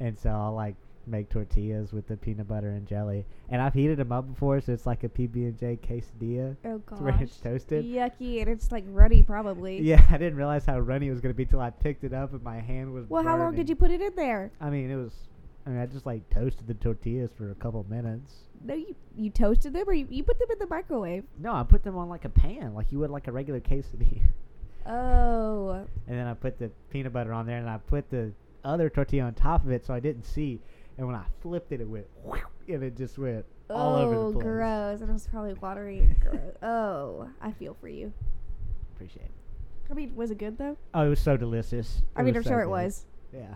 and so I'll like make tortillas with the peanut butter and jelly. And I've heated them up before, so it's like a PB and J quesadilla.
Oh
It's
gosh.
where it's toasted.
Yucky, and it's like runny probably.
Yeah, I didn't realize how runny it was gonna be till I picked it up and my hand was.
Well, how long
burning.
did you put it in there?
I mean, it was. I mean, I just like toasted the tortillas for a couple minutes.
No, you you toasted them, or you, you put them in the microwave.
No, I put them on like a pan, like you would like a regular quesadilla.
Oh,
and then I put the peanut butter on there, and I put the other tortilla on top of it, so I didn't see. And when I flipped it, it went, and it just went all over
oh,
the place.
gross! And it was probably watery. gross. Oh, I feel for you.
Appreciate. It.
I mean, was it good though?
Oh, it was so delicious.
I
It
mean,
was
I'm
so
sure it
good.
was.
Yeah,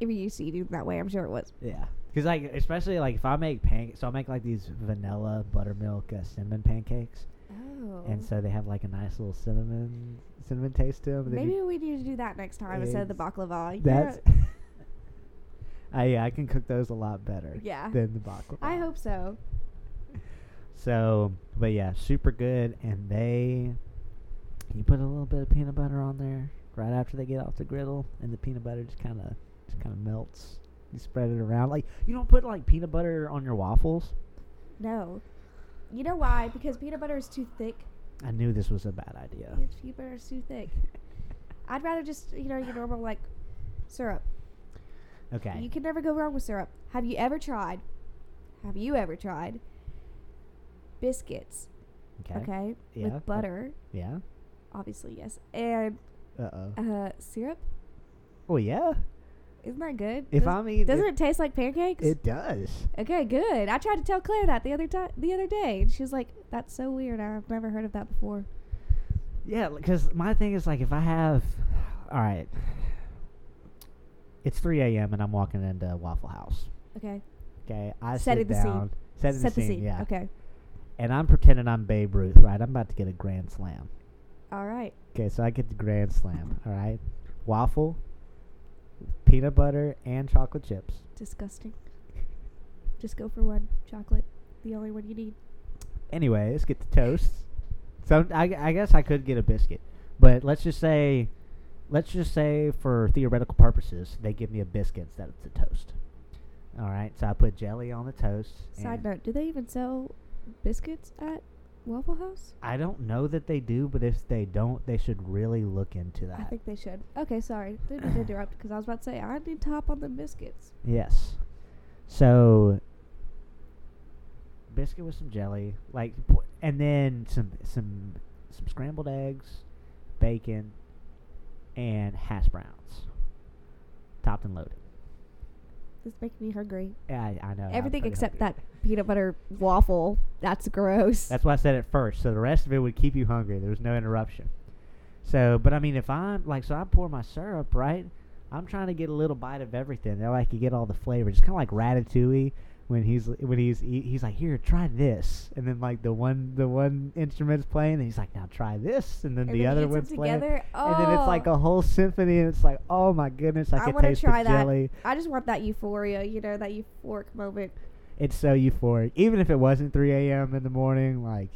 If you used to eating that way, I'm sure it was.
yeah. Because like, especially like if I make pancakes, so I make like these vanilla buttermilk uh, cinnamon pancakes,
Oh.
and so they have like a nice little cinnamon cinnamon taste to them.
Maybe we need to do that next time instead of the baklava. You
That's.
know-
I, yeah, I can cook those a lot better.
Yeah.
Than the baklava.
I hope so.
So, but yeah, super good. And they, you put a little bit of peanut butter on there right after they get off the griddle, and the peanut butter just kind of, just kind of melts. You spread it around like you don't put like peanut butter on your waffles.
No. You know why? Because peanut butter is too thick.
I knew this was a bad idea.
It's peanut butter is too thick. I'd rather just, you know, your normal, like, syrup.
Okay.
You can never go wrong with syrup. Have you ever tried? Have you ever tried? Biscuits, okay?
Yeah, but-
With butter,
Yeah.
obviously, yes. And
Uh oh.
uh, syrup.
Oh yeah.
Isn't that good?
If
Doesn't-
I'm eating,
Doesn't it taste like pancakes?
it does.
Okay, good. I tried to tell Claire that the other time, the other day, and she was like, "That's so weird. I've never heard of that before."
Yeah, because my thing is like if I have, all right, it's 3 a.m. and I'm walking into Waffle House.
Okay,
Okay, I
Setting
sit
the scene.
down, setting
set
the scene, yeah.
Okay,
And I'm pretending I'm Babe Ruth, right? I'm about to get a grand slam.
all right.
Okay, so I get the grand slam. All right, waffle, peanut butter, and chocolate chips.
Disgusting. Just go for one chocolate, the only one you need.
Anyway, let's get the toasts. So I, I guess I could get a biscuit, but let's just say, let's just say for theoretical purposes, they give me a biscuit instead of the toast. All right, so I put jelly on the toast.
Side
and-
note: Do they even sell biscuits at Waffle House?
I don't know that they do, but if they don't, they should really look into that.
I think they should. Okay, sorry, didn't mean to interrupt because I was about to say I need to hop on the biscuits.
Yes. So biscuit with some jelly, like, po- and then some some some scrambled eggs, bacon, and hash browns, topped and loaded.
This making me hungry.
Yeah, I, I know. I'm
Everything
pretty
except
hungry.
that peanut butter waffle. That's gross.
That's why I said it first. So the rest of it would keep you hungry. There was no interruption. So, but I mean, if I'm like, so I pour my syrup, right? I'm trying to get a little bite of everything. That way I could get all the flavors. It's kind of like Ratatouille when he's when he's eat, he's like, here, try this, and then like the one the one instrument's playing, and he's like, now try this, and then
And
the
then he eats
other
them
one's playing,
together.
and then it's like
Oh.
a whole symphony, and it's like, oh my goodness, I,
I
could
wanna
taste
try
the
that.
jelly.
I just want that euphoria, you know, that euphoric moment.
it's so euphoric. Even if it wasn't 3 a.m. in the morning, like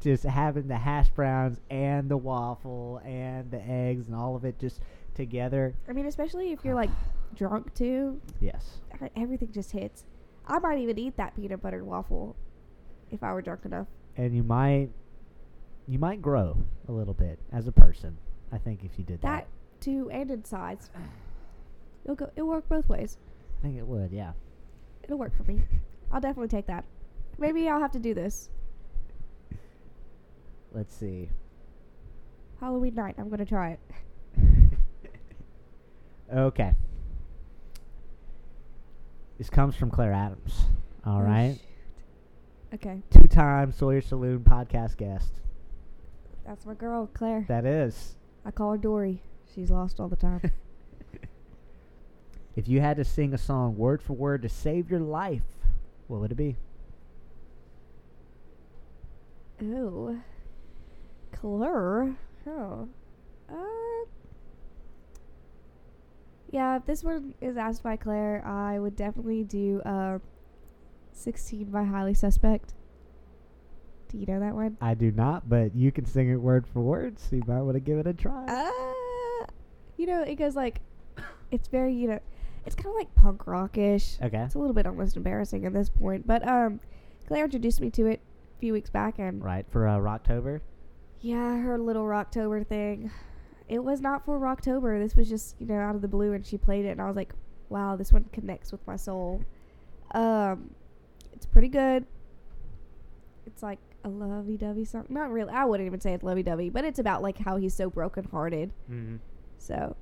just having the hash browns and the waffle and the eggs and all of it just together.
I mean, especially if you're like drunk too,
Yes.
e- everything just hits. I might even eat that peanut butter waffle if I were drunk enough.
And you might you might grow a little bit as a person. I think if you did that.
That too, and in size. It'll go. It'll work both ways.
I think it would, yeah.
It'll work for me. I'll definitely take that. Maybe I'll have to do this
Let's see.
Halloween night. I'm gonna try it.
Okay. This comes from Claire Adams. All
Oh,
right.
shoot. Okay,
Two time Sawyer Saloon podcast guest.
that's my girl, Claire.
That is.
I call her Dory. She's lost all the time.
If you had to sing a song word for word to save your life, what would it be?
Oh. Color. Oh. Uh. Yeah, if this one is asked by Claire, I would definitely do uh, 16 by Highly Suspect. Do you know that one?
I do not, but you can sing it word for word, so you might want to give it a try.
Uh, you know, it goes like, it's very, you know, it's kind of like punk rockish.
okay.
It's a little bit almost embarrassing at this point, but um, Claire introduced me to it a few weeks back, and
Right, for uh, Rocktober.
Yeah, her little Rocktober thing. It was not for Rocktober. This was just, you know, out of the blue and she played it and I was like, wow, this one connects with my soul. Um it's pretty good. It's like a lovey dovey song. Not really I wouldn't even say it's lovey dovey, but it's about like how he's so broken hearted.
Mm-hmm.
So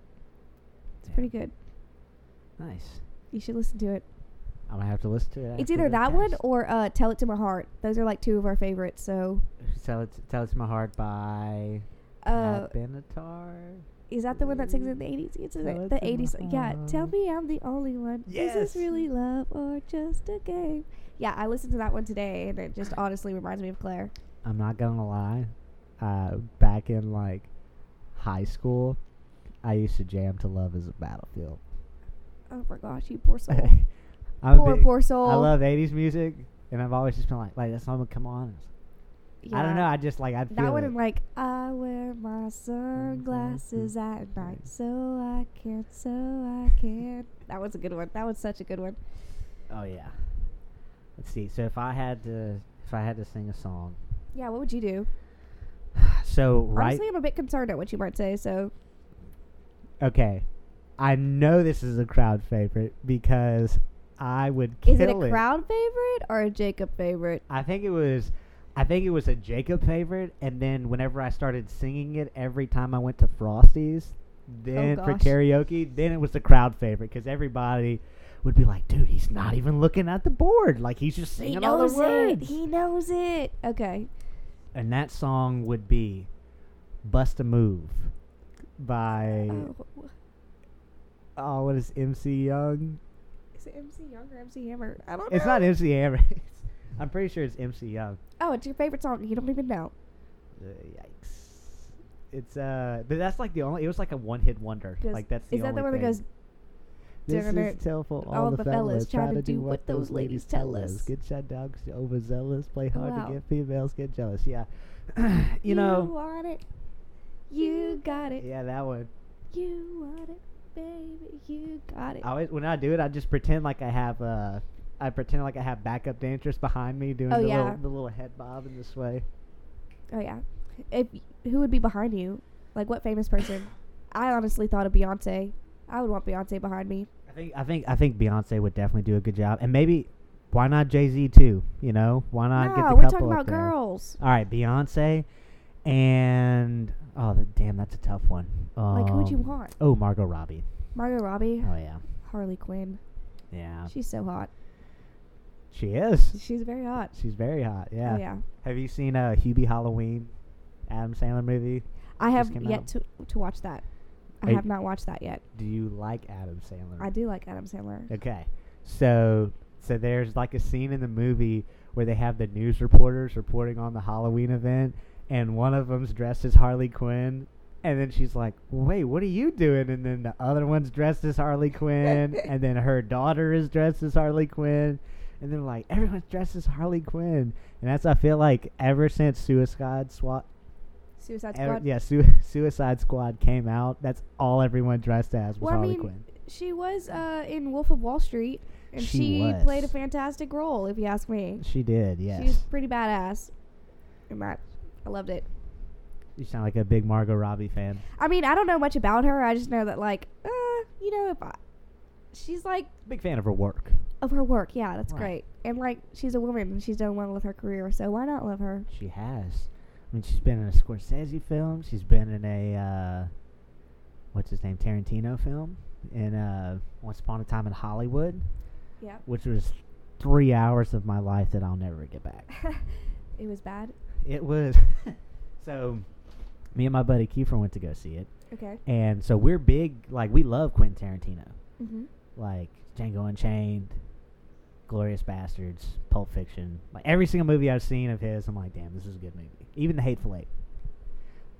it's pretty good.
Nice.
You should listen to it.
I'm going to have to listen to it.
It's
after
either
the
that one
cast.
or uh Tell It to My Heart. Those are like two of our favorites, so
Tell It, Tell it to My Heart by
uh
Pat Benatar.
Is that the one that sings in the 80s? It's in
Tell
the
it
the
to my
80s. Yeah, tell
heart.
me I'm the only one. Is
Yes.
this really love or just a game? Yeah, I listened to that one today and it just honestly reminds me of Claire.
I'm not gonna lie. Uh, back in like high school, I used to jam to "Love Is a Battlefield."
Oh my gosh, you poor soul.
I'm a
Poor,
big-
poor soul.
I love '80s music, and I've always just been like, like that song would come on. I
Yeah.
don't know. I just like I'd
that
feel
one
it.
and like I wear my sunglasses at night so I can so I can. That was a good one. That was such a good one.
oh yeah. Let's see. So if I had to, if I had to sing a song,
Yeah, what would you do?
so right,
Honestly, I'm a bit concerned at what you might say. So
okay. I know this is a crowd favorite because I would kill
is it a crowd favorite or a Jacob favorite?
I think it was I think it was a Jacob favorite and then whenever I started singing it every time I went to Frosty's then for
Oh, gosh.
karaoke then it was the crowd favorite cuz everybody would be like dude he's not even looking at the board like he's just singing all the words
it. He knows it. Okay.
and that song would be Bust a Move by
Oh,
oh what is MC Young
is it MC Young or MC Hammer? I don't know.
It's not MC Hammer I'm pretty sure it's MC Young
Oh, it's your favorite song. You don't even know.
Uh, yikes. It's uh, but that's like the only. It was like a one-hit wonder.
'Cause
Like that's the
Is that
only
the one that
thing.
goes?
This
Dinner.
is tellful. All, the fellas, try to do what those ladies tell us. Get shot dogs, you're overzealous, play hard
Wow.
to get females, get jealous. Yeah, you know.
want it. You got it.
Yeah, that one.
You want it, baby. You got it.
I always when I do it, I just pretend like I have uh, I pretend like I have backup dancers behind me doing
Oh,
the
yeah.
little the little head bob in this way.
Oh yeah. If who would be behind you? Like what famous person? I honestly thought of Beyonce. I would want Beyonce behind me.
I think I think I think Beyonce would definitely do a good job, and maybe why not Jay Z too? You know, why not get
no,
the
we're
couple
talking
up
about
there?
girls.
All right, Beyonce, and oh th- damn, that's a tough one.
Like who'd you
Um,
want?
Oh, Margot Robbie.
Margot Robbie,
Oh yeah,
Harley Quinn.
yeah,
She's so hot.
she is.
She's very hot.
She's very hot. Yeah.
Oh, yeah.
Have you seen a uh, Hubie Halloween, Adam Sandler movie?
I
Just
have
came
yet
out.
to, to watch that. I
Are
have
you-
not watched that yet.
Do you like Adam Sandler?
I do like Adam Sandler.
Okay, so so there's like a scene in the movie where they have the news reporters reporting on the Halloween event, and one of them's dressed as Harley Quinn, and then she's like, "Wait, what are you doing?" And then the other one's dressed as Harley Quinn, and then her daughter is dressed as Harley Quinn, and then like everyone's dressed as Harley Quinn, and that's I feel like ever since Suicide Squad,
Suicide
ever-
Squad.
yeah, Sui- Suicide Squad came out, that's all everyone dressed as was
Well, I
Harley
mean,
Quinn.
She was uh, in Wolf of Wall Street, and she,
She was.
played a fantastic role, if you ask me.
She did, yes.
She was pretty badass. And that, I loved it.
You sound like a big Margot Robbie fan.
I mean, I don't know much about her. I just know that, like, uh, you know, if I, she's like
Big fan of her work.
of her work. Yeah, that's
Right.
great. And like she's a woman and she's done well with her career, so why not love her?
She has. I mean, she's been in a Scorsese film. She's been in a uh, what's his name Tarantino film, in uh, Once Upon a Time in Hollywood,
Yeah.
which was three hours of my life that I'll never get back.
it was bad.
it was. so, me and my buddy Kiefer went to go see it,
Okay.
and so we're big. Like we love Quentin Tarantino,
Mm-hmm.
like Django Unchained, Glorious Bastards, Pulp Fiction. Like every single movie I've seen of his, I'm like, damn, this is a good movie. Even The Hateful Eight.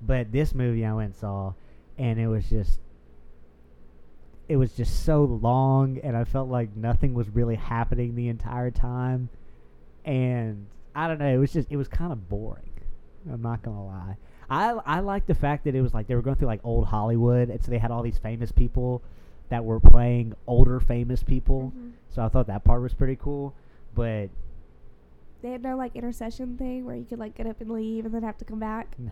But this movie I went and saw, and it was just. It was just so long, and I felt like nothing was really happening the entire time. And I don't know, it was just, it was kind of boring. I'm not going to lie. I, I like the fact that it was like they were going through like old Hollywood, and so they had all these famous people that were playing older famous people.
Mm-hmm.
So I thought that part was pretty cool. But
They had no like intercession thing where you could like get up and leave and then have to come back.
no,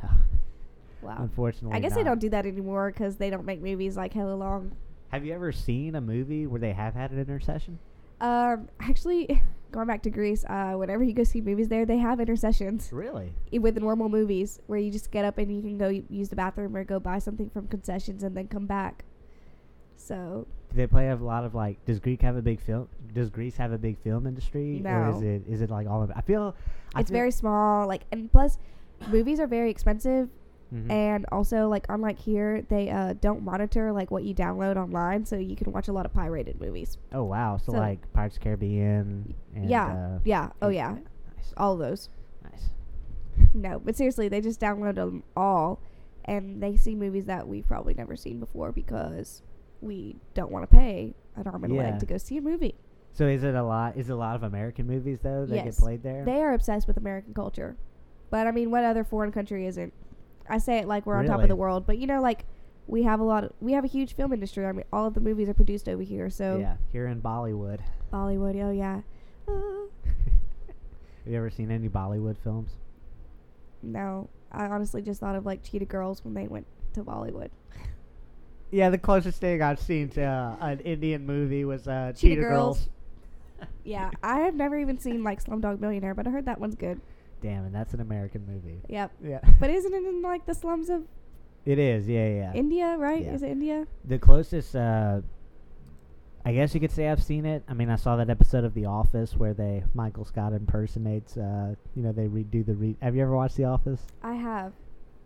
Wow.
unfortunately,
I guess
not.
they don't do that anymore because they don't make movies like hella long.
Have you ever seen a movie where they have had an intercession?
Um, actually, going back to Greece, uh, whenever you go see movies there, they have intercessions
Really?
i- with normal movies where you just get up and you can go u- use the bathroom or go buy something from concessions and then come back. So
Do they play a lot of like? Does Greek have a big film? Does Greece have a big film industry? Or is
No.
it is it like all of? I feel. I
it's
feel-
very small, like, and plus, movies are very expensive,
Mhm.
and also like unlike here, they uh, don't monitor like what you download online, so you can watch a lot of pirated movies.
oh wow! So,
so-
like Pirates of the Caribbean. And,
yeah,
uh,
yeah, oh
and-
yeah,
Nice.
all of those.
nice.
No, but seriously, they just download them all, and they see movies that we've probably never seen before because we don't want to pay an arm and a
Yeah.
leg to go see a movie.
So is it a lot? Is it a lot of American movies though that Oh, get
Yes.
played there?
They are obsessed with American culture, but I mean, what other foreign country isn't? I say it like we're on top
Really?
of the world, but you know, like we have a lot. Of, we have a huge film industry. I mean, all of the movies are produced over here. So
yeah, here in Bollywood.
Bollywood, oh yeah. Uh,
Have you ever seen any Bollywood films?
no, I honestly just thought of like Cheetah Girls when they went to Bollywood.
Yeah, the closest thing I've seen to uh, an Indian movie was uh,
Cheetah Girls. Yeah, I have never even seen like Slumdog Millionaire, but I heard that one's good.
Damn, and that's an American movie.
Yep.
Yeah,
But isn't it in like the slums of
it is. Yeah, yeah. yeah.
India, right?
Yeah.
Is it India?
the closest, uh, I guess you could say I've seen it. I mean, I saw that episode of The Office where they Michael Scott impersonates. Uh, you know, they redo the. Re- have you ever watched The Office?
I have,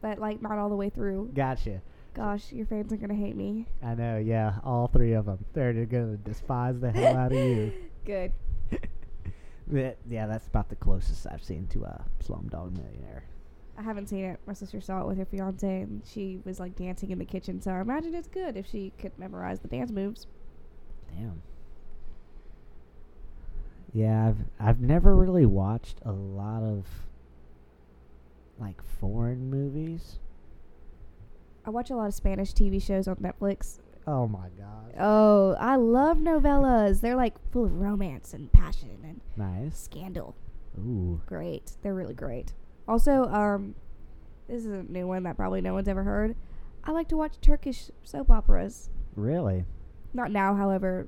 but like not all the way through.
Gotcha.
Gosh, your fans are gonna hate me.
I know. Yeah, all three of them. They're gonna despise the hell out of you.
Good.
But, yeah, that's about the closest I've seen to a uh, Slumdog Millionaire.
I haven't seen it. My sister saw it with her fiance, and she was like dancing in the kitchen. So I imagine it's good if she could memorize the dance moves.
Damn. Yeah, I've I've never really watched a lot of like foreign movies.
I watch a lot of Spanish TV shows on Netflix.
Oh my god.
Oh, I love novellas. They're like full of romance and passion and
Nice.
scandal.
Ooh.
Great. They're really great. Also, um, this is a new one that probably no one's ever heard. I like to watch Turkish soap operas.
Really?
Not now, however,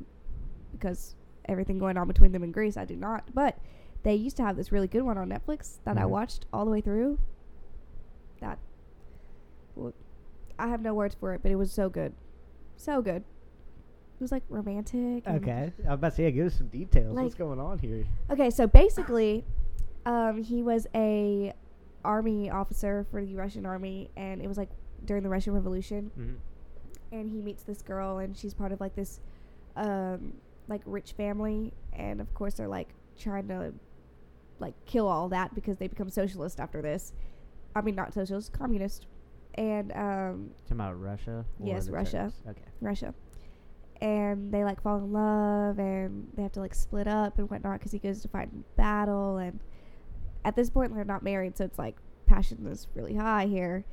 because everything going on between them and Greece, I do not. But they used to have this really good one on Netflix that I
Mhm.
watched all the way through. That. w I I have no words for it, but it was so good. So good. It was like romantic. and-
Okay. I was about to say give us some details. What's
Like-
going on here?
Okay, so basically, um, he was a army officer for the Russian army, and it was like during the Russian Revolution.
Mm-hmm.
And he meets this girl, and she's part of like this, um, like rich family, and of course they're like trying to, like kill all that because they become socialist after this. I mean, not socialist, communist, and um,
Talking about Russia? or
Yes,
the
Russia.
Turks? Okay.
Russia. And they like fall in love and they have to like split up and whatnot because he goes to fight in battle. And at this point, they're not married, so it's like passion is really high here,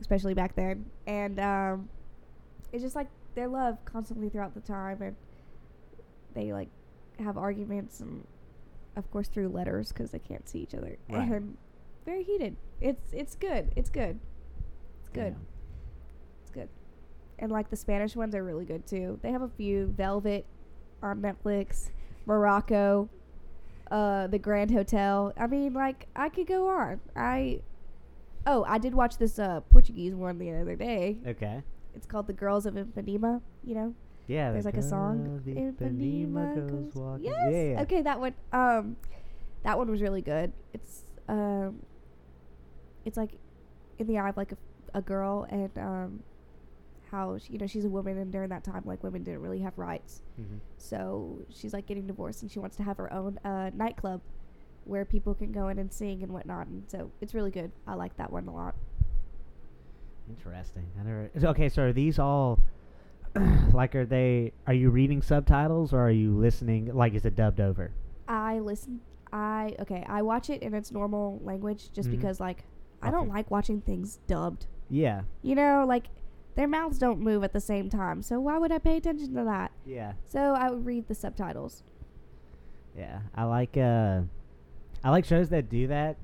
especially back then. And um, it's just like their love constantly throughout the time. And they like have arguments and, of course, through letters because they can't see each other.
Right.
And very heated. It's, it's good. It's good. It's good.
Damn.
It's good. And like the Spanish ones are really good too. They have a few. Velvet on Netflix, Morocco, uh, the Grand Hotel. I mean, like I could go on. I oh, I did watch this uh, Portuguese one the other day.
Okay.
It's called The Girls of Ipanema. You know,
Yeah.
there's like a song.
Ipanema goes walking.
Yes.
Yeah, yeah.
Okay, that one. Um, that one was really good. It's um, it's like in the eye of like a, a girl and um, how she, you know she's a woman and during that time like women didn't really have rights.
Mhm.
So she's like getting divorced and she wants to have her own uh, nightclub where people can go in and sing and whatnot. And so it's really good. I like that one a lot.
Interesting. I never. so- Okay, so are these all like are they? Are you reading subtitles or are you listening? Like, is it dubbed over?
I listen. I okay. I watch it in its normal language just
Mhm.
because like I don't
Okay.
like watching things dubbed.
Yeah.
You know, like their mouths don't move at the same time. So why would I pay attention to that?
Yeah.
So I would read the subtitles.
Yeah, I like uh, I like shows that do that,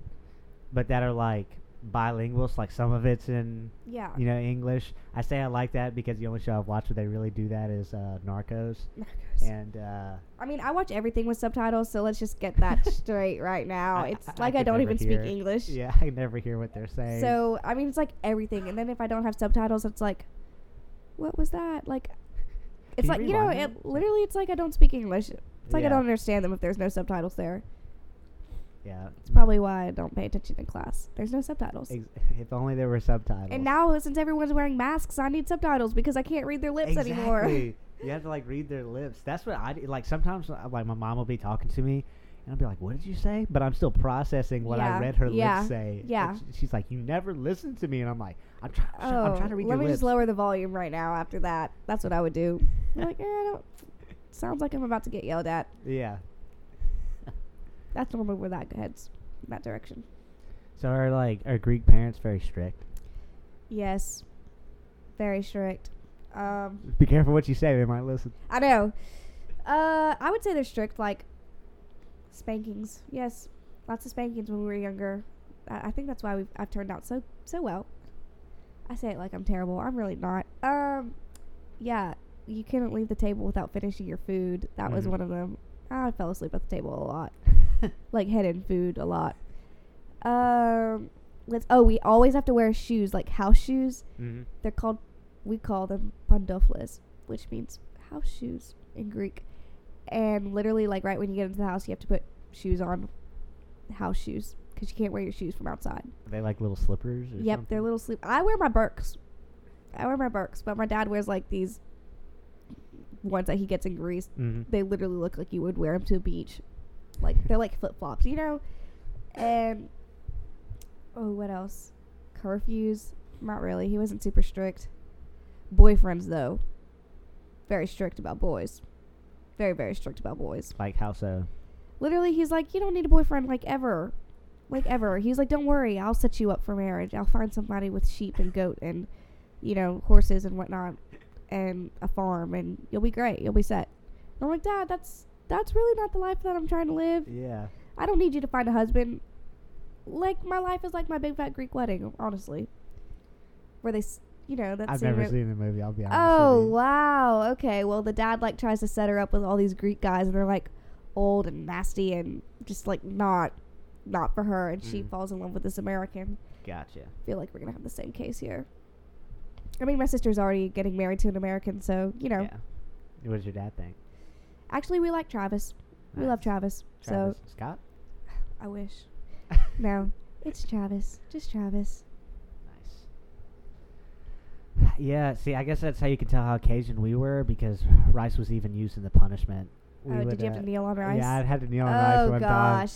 but that are like bilingual. so, Like some of it's in
Yeah.
you know English. I say I like that because the only show I've watched where they really do that is uh, Narcos,
Narcos.
and uh,
I mean, I watch everything with subtitles, so let's just get that straight right now.
I-
It's
I- I
like I,
could
don't
never
even
hear-
speak English.
yeah, I never hear what they're saying.
So I mean, it's like everything, and then if I don't have subtitles, it's like, what was that? Like, it's
you
like you know,
rewind
it literally, it's like I don't speak English. It's like
Yeah.
I don't understand them if there's no subtitles there.
yeah,
It's probably why I don't pay attention in class. There's no subtitles.
Mm-hmm. Ex- if only there were subtitles.
And now, since everyone's wearing masks, I need subtitles because I can't read their lips
exactly.
anymore.
you have to like read their lips. That's what I do. like. Sometimes uh, like my mom will be talking to me, and I'll be like, "What did you say?" But I'm still processing what I
Yeah,
read her
yeah,
lips say. and
yeah.
sh- she's like, "You never listen to me," and I'm like, "I'm, try- sh-
Oh,
I'm trying to read
let
your
me
lips."
just lower the volume right now. After that, that's what I would do. I'm like, eh, I don't. Sounds like I'm about to get yelled at.
yeah.
That's normally where that heads, in that direction.
So are like are Greek parents very strict?
Yes, very strict. Um,
Be careful what you say; they might listen.
I know. Uh, I would say they're strict, like spankings. Yes, lots of spankings when we were younger. I, I think that's why we've, I've turned out so so well. I say it like I'm terrible. I'm really not. Um, yeah, you couldn't leave the table without finishing your food. That was
Mhm.
one of them. I fell asleep at the table a lot, like head in food a lot. Um, let's. Oh, we always have to wear shoes, like house shoes
Mm-hmm.
they're called we call them pantofles, which means house shoes in Greek. And literally, like right when you get into the house, you have to put shoes on, house shoes, because you can't wear your shoes from outside.
Are they like little slippers? Or
Yep, they're
something?
little sleep. I wear my Birks. I wear my Birks, but my dad wears like these ones that he gets in Greece.
Mhm.
They literally look like you would wear them to a beach, like they're like flip flops, you know. And oh, what else? Curfews? Not really. He wasn't super strict. Boyfriends though, very strict about boys. Very very strict about boys.
Like how so?
Literally, he's like, you don't need a boyfriend, like ever, like ever. He's like, don't worry, I'll set you up for marriage. I'll find somebody with sheep and goat and, you know, horses and whatnot, and a farm, and you'll be great. You'll be set. And I'm like, Dad, that's that's really not the life that I'm trying to live.
Yeah.
I don't need you to find a husband. Like my life is like my big fat Greek wedding, honestly. Where they, s- you know, that's
I've never seen the movie. I'll be honest.
Oh
with you.
wow. Okay. Well, the dad like tries to set her up with all these Greek guys, and they're like old and nasty and just like not, not for her. And she
Mm.
falls in love with this American.
Gotcha.
feel like we're gonna have the same case here. I mean, my sister's already getting married to an American, so you know.
Yeah. What does your dad think?
Actually, we like Travis. We love
Nice.
Travis.
Travis Scott.
So I wish. No, it's Travis. Just Travis.
Nice. Yeah, see, I guess that's how you can tell how Cajun we were because rice was even used in the punishment. We
oh,
would,
did you have
uh,
to kneel on rice?
Yeah, I had to kneel on rice
oh
one
gosh.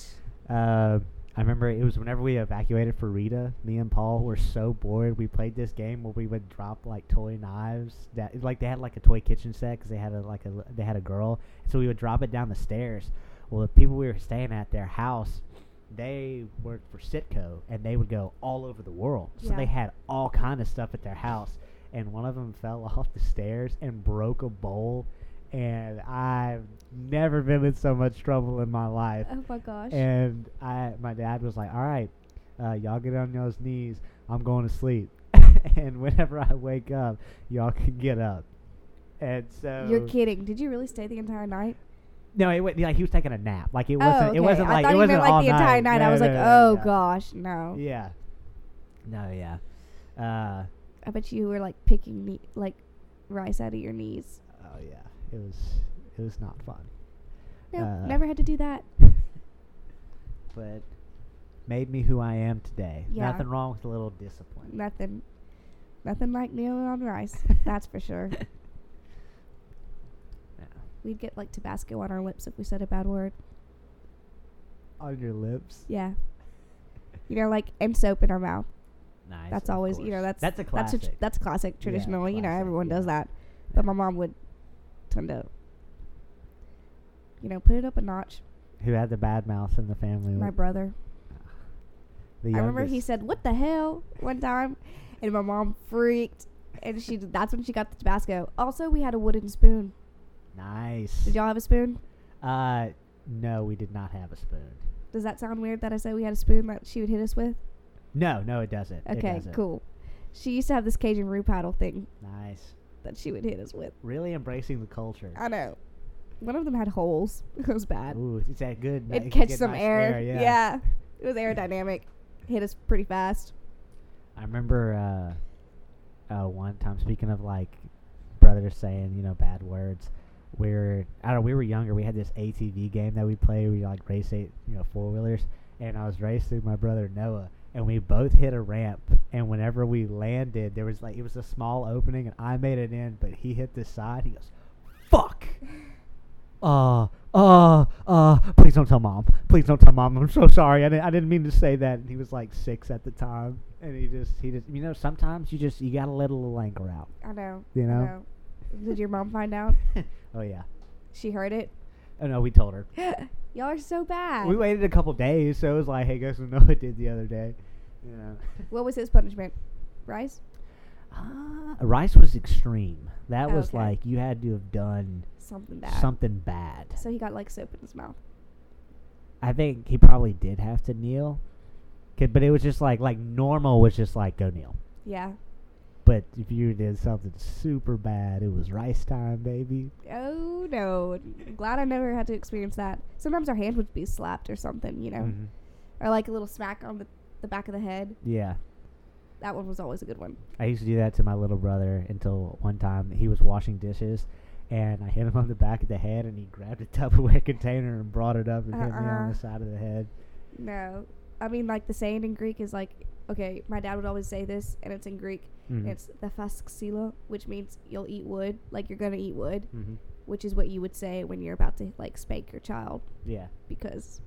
time. Uh, I remember it was whenever we evacuated for Rita. Me and Paul were so bored. We played this game where we would drop like toy knives. That like they had like a toy kitchen set because they had a like a they had a girl, so we would drop it down the stairs. Well, the people we were staying at their house, they worked for Sitco and they would go all over the world. So
Yeah.
they had all kind of stuff at their house, and one of them fell off the stairs and broke a bowl. And I've never been in so much trouble in my life.
Oh my gosh.
And I, my dad was like, "All right, uh, y'all get on y'all's knees. I'm going to sleep. and whenever I wake up, y'all can get up." and so
You're kidding. Did you really stay the entire night?
No, it was like he was taking a nap. Like it wasn't.
oh, okay.
It wasn't
I
like
thought
it
you
wasn't
meant like
all
the entire night. I
No,
was
no,
like,
no,
oh
no.
gosh, no.
Yeah. No, yeah. Uh,
I bet you were like picking me like rice out of your knees.
oh yeah. It was it was not fun.
No,
Uh,
never had to do that.
But made me who I am today.
Yeah.
Nothing wrong with a little discipline.
Nothing, nothing like kneeling on rice. that's for sure.
Yeah.
We'd get like Tabasco on our lips if we said a bad word.
On your lips.
Yeah. You know, like and soap in our mouth.
Nice.
that's
of
always you know
course.
that's
that's a classic.
That's a, tr- that's classic
Yeah,
traditional. you know,
classic,
everyone does
yeah.
that. But my mom would tend to, you know, put it up a notch.
Who had the bad mouth in the family?
My
with
brother.
the
I remember he
youngest?
said, "What the hell?" one time, and my mom freaked, and she that's when she got the Tabasco. Also, we had a wooden spoon.
Nice.
Did y'all have a spoon?
Uh, no, we did not have a spoon.
Does that sound weird that I said we had a spoon that she would hit us with?
No, no, it doesn't. It
Okay,
doesn't.
cool. She used to have this Cajun root paddle thing
Nice.
that she would hit us with.
Really embracing the culture.
I know. One of them had holes. It was bad.
Ooh, it's that good. ni-
It'd
could
catch
get
some
nice
air.
yeah.
yeah. It was aerodynamic. Hit us pretty fast.
I remember uh, uh, one time speaking of like brothers saying you know bad words. We're I don't know. We were younger. We had this ATV game that we played. We like race eight you know four wheelers, and I was racing my brother Noah, and we both hit a ramp. And whenever we landed, there was like it was a small opening, and I made it in, but he hit the side. He goes, "Fuck." Uh, uh, uh, please don't tell mom. Please don't tell mom. I'm so sorry. I didn't, I didn't mean to say that. And he was like six at the time. And he just, he just, you know, sometimes you just, you gotta let a little anger out,
I know.
you
I
know?
know. Did your mom find out?
oh, yeah.
She heard it.
Oh, no, we told her.
Y'all are so bad.
We waited a couple days, so it was like, hey, guess what Noah did the other day? You know.
What was his punishment? Rice?
Uh, Rice was extreme. That
Oh,
was
okay.
like, you had to have done
Something bad.
something bad.
so he got like soap in his mouth.
I think he probably did have to kneel. 'Kay, But it was just like, like normal was just like, go kneel.
Yeah.
But if you did something super bad, it was rice time, baby.
Oh no. I'm glad I never had to experience that. Sometimes our hand would be slapped or something, you know.
Mm-hmm.
Or like a little smack on the, the back of the head.
Yeah.
That one was always a good one.
I used to do that to my little brother until one time he was washing dishes and I hit him on the back of the head and he grabbed a Tupperware container and brought it up and hit me on
Uh-uh.
the side of the head.
No. I mean, like the saying in Greek is like, okay, my dad would always say this, and it's in Greek.
Mm-hmm.
It's the fasxila, which means you'll eat wood, like you're gonna eat wood,
Mhm.
which is what you would say when you're about to like spank your child.
Yeah.
Because,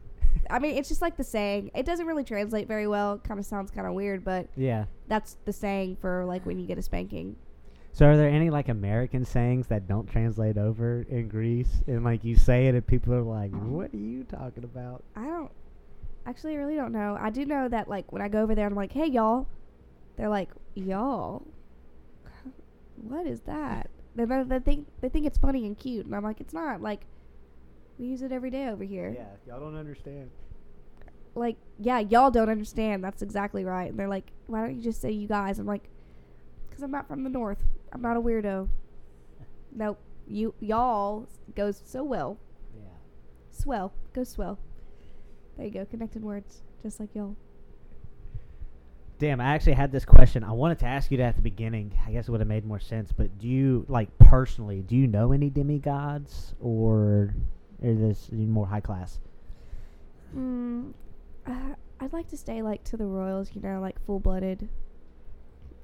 I mean, it's just like the saying. It doesn't really translate very well. Kind of sounds kind of weird, but
Yeah.
that's the saying for like when you get a spanking.
So are there any like American sayings that don't translate over in Greece and like you say it and people are like, "What are you talking about?"
I don't actually I really don't know. I do know that like when I go over there, I'm like, hey y'all, they're like, y'all, what is that? They, they, they think they think it's funny and cute, and I'm like, it's not. Like we use it every day over here.
y'all don't understand.
Like yeah, y'all don't understand. That's exactly right. And they're like, why don't you just say you guys? I'm like, because I'm not from the north. I'm not a weirdo. Nope. You y'all goes so well.
Yeah.
Swell. Go swell. There you go. Connected words. Just like y'all.
Damn, I actually had this question. I wanted to ask you that at the beginning. I guess it would have made more sense. But do you, like, personally, do you know any demigods, or is this more high class?
Mm, uh, I'd like to stay like to the Royals, you know, like full blooded.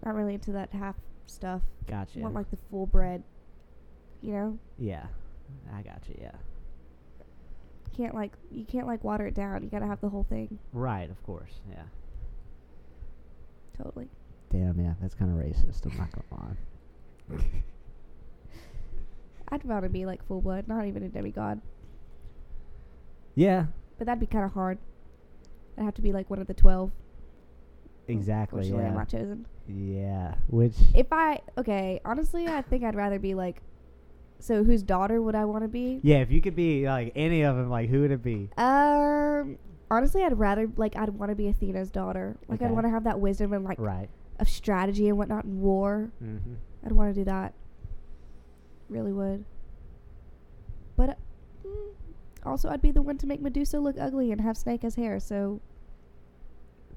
Not really into that half stuff.
Gotcha.
Want like the full bred, you know.
yeah, I gotcha. Yeah,
Can't like you can't like water it down. You gotta have the whole thing.
right. Of course. Yeah.
Totally.
Damn. Yeah, that's kind of racist. I'm not gonna lie.
I'd rather be like full blood, not even a demigod.
yeah.
But that'd be kind of hard. I'd have to be like one of the twelve.
Exactly.
Unfortunately, I'm
Yeah.
not chosen.
Yeah. Which.
If I okay, honestly, I think I'd rather be like. So whose daughter would I want to be?
yeah. If you could be like any of them, like who would it be?
Um, honestly, I'd rather like I'd want to be Athena's daughter. Like I'd
Okay.
want to have that wisdom and like
Right.
of strategy and whatnot in war.
Mm-hmm.
I'd want to do that. Really would. But uh, mm, also, I'd be the one to make Medusa look ugly and have Snake as hair, so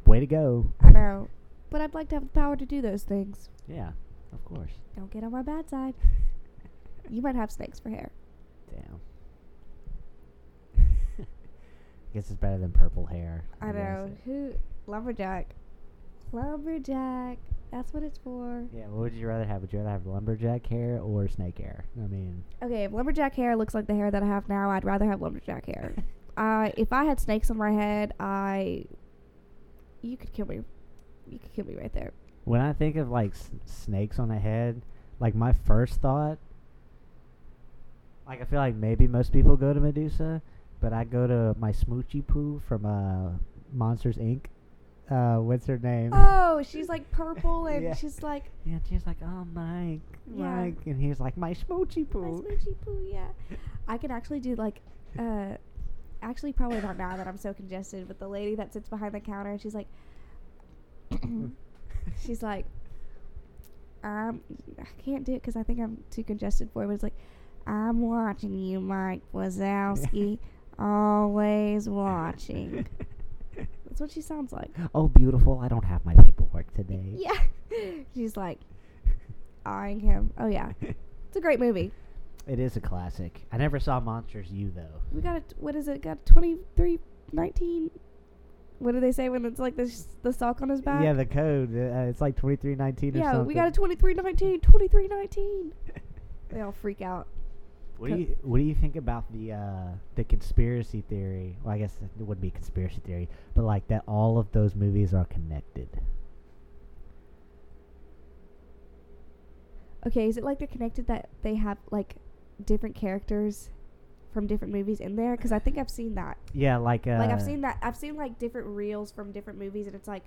Way to go.
I know. But I'd like to have the power to do those things.
Yeah, of course.
Don't get on my bad side. You might have snakes for hair.
Damn. Guess it's better than purple hair.
I
guess.
know. Who? Lumberjack. Lumberjack. That's what it's for.
Yeah, what would you rather have? Would you rather have lumberjack hair or snake hair? I mean,
Okay, if lumberjack hair looks like the hair that I have now, I'd rather have lumberjack hair. I if I had snakes on my head, I you could kill me. You could kill me right there.
when I think of like s- snakes on a head, like my first thought, like I feel like maybe most people go to Medusa, but I go to my smoochy poo from uh, Monsters Inc. Uh, what's her name?
Oh, she's like purple and
Yeah.
she's like
Yeah, she's like, oh Mike,
Yeah.
Mike, and he's like my smoochy
my
poo.
smoochy poo, yeah. I could actually do like uh actually probably not now that I'm so congested, but the lady that sits behind the counter and she's like she's like I'm I can't do it because I think I'm too congested for it, but it's like I'm watching you, Mike Wazowski. Always watching. That's what she sounds like.
Oh, beautiful! I don't have my paperwork today.
Yeah. She's like eyeing him. Oh yeah. It's a great movie.
It is a classic. I never saw Monsters U though.
We got a t- what is it? Got a 23 19 What do they say when it's like the s the sock on his back?
Yeah, the code. Uh, it's like twenty three nineteen. or
Yeah,
something.
we got a 23 19, 23 19. They all freak out.
What do you What do you think about the uh, the conspiracy theory? Well, I guess it would be conspiracy theory, but like that all of those movies are connected.
Okay, is it like they're connected that they have like different characters from different movies in there? Because I think I've seen that.
Yeah, like uh,
like I've seen that. I've seen like different reels from different movies, and it's like,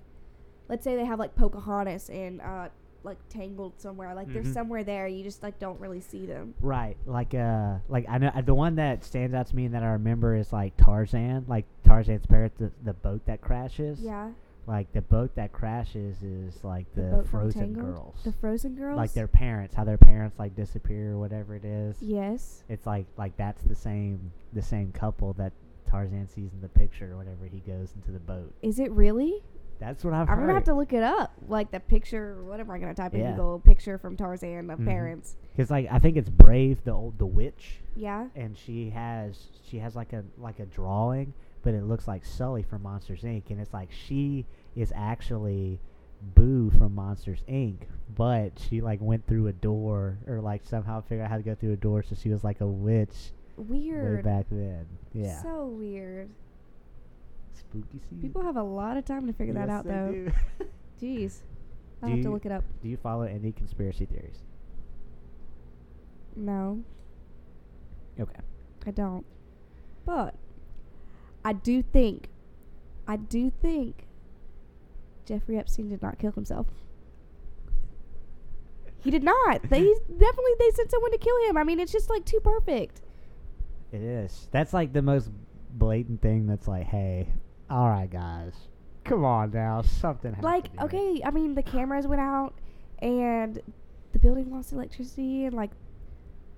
let's say they have like Pocahontas and uh, like Tangled somewhere. Like they're
Mhm.
somewhere there. You just like don't really see them.
Right, like uh, like I know uh, the one that stands out to me and that I remember is like Tarzan, like Tarzan's parrot, the, the boat that crashes.
Yeah,
Like the boat that crashes is like the,
boat from
frozen
Tangled?
girls,
the Frozen girls.
like their parents, how their parents like disappear or whatever it is.
yes.
it's like like that's the same the same couple that Tarzan sees in the picture whenever he goes into the boat.
Is it really?
That's what I've
I'm
heard.
gonna have to look it up. Like the picture, whatever I'm gonna type in
Yeah.
Google picture from Tarzan of
Mhm.
parents.
Cause like I think it's Brave the old the witch,
Yeah.
and she has she has like a like a drawing, but it looks like Sully from Monsters Inc. And it's like she is actually Boo from Monsters Inc. But she like went through a door or like somehow figured out how to go through a door, so she was like a witch way
Weird.
back then. Yeah,
So weird.
spooky season.
People have a lot of time to figure that
Yes,
out,
they
though.
do.
Jeez. I'll
Do
have to
you-
look it up.
Do you follow any conspiracy theories?
No.
Okay.
I don't. But I do think, I do think Jeffrey Epstein did not kill himself. He did not. They he's definitely they sent someone to kill him. I mean, it's just like too perfect.
It is. That's like the most blatant thing that's like, hey, all right, guys. Come on now. Something happened.
Like, okay, uh, I mean, the cameras went out and the building lost electricity and like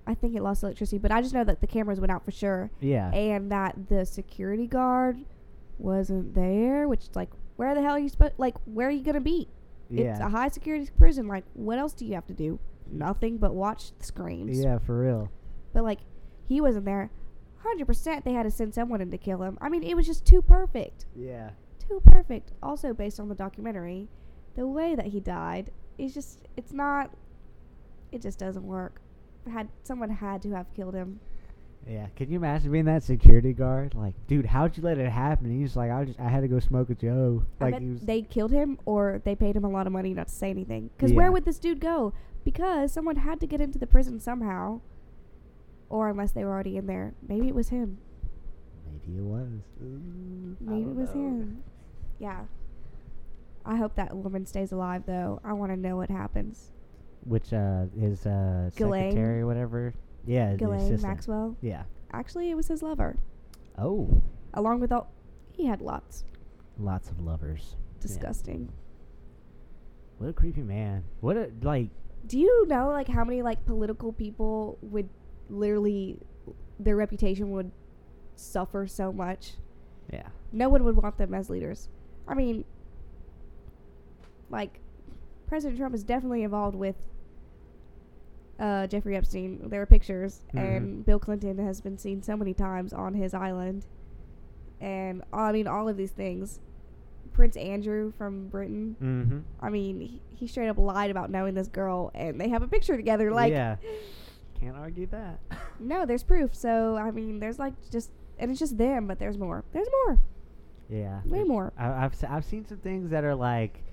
I think it lost electricity, but I just know that the cameras went out for sure.
Yeah.
and that the security guard wasn't there, which is like, where the hell are you supposed? Like, where are you gonna be? It's a
yeah.
high security prison. Like, what else do you have to do? Nothing but watch the screams.
Yeah, for real.
But like, he wasn't there. Hundred percent, they had to send someone in to kill him. I mean, it was just too perfect,
Yeah.
too perfect. Also, based on the documentary, the way that he died is just—it's not. It just doesn't work. Had someone had to have killed him.
Yeah. Can you imagine being that security guard? Like, dude, how'd you let it happen? And he's like, I just, I had to go smoke a Joe.
I
Like,
bet
he was.
they killed him or they paid him a lot of money not to say anything. Because where
Yeah.
would this dude go? Because someone had to get into the prison somehow. Or unless they were already in there. Maybe it was him.
maybe it was. Ooh, I
Maybe it
don't
was
know.
him. Yeah. I hope that woman stays alive, though. I want to know what happens.
Which uh, his uh,
Ghislaine?
secretary or whatever. Yeah. the
Ghislaine
assistant.
Maxwell.
Yeah.
Actually, it was his lover.
Oh,
Along with all. He had lots.
lots of lovers. Yeah.
Disgusting.
What a creepy man. What a like
do you know like how many like political people would literally their reputation would suffer so much?
Yeah.
No one would want them as leaders. I mean, like President Trump is definitely involved with uh, Jeffrey Epstein. There are pictures,
Mhm.
and Bill Clinton has been seen so many times on his island, and I mean all of these things. Prince Andrew from Britain.
Mm-hmm.
I mean, he, he straight up lied about knowing this girl, and they have a picture together. Like,
yeah. Can't argue that.
no, there's proof. So I mean, there's like just, and it's just them, but there's more. There's more.
Yeah.
Way more.
I, I've se- I've seen some things that are like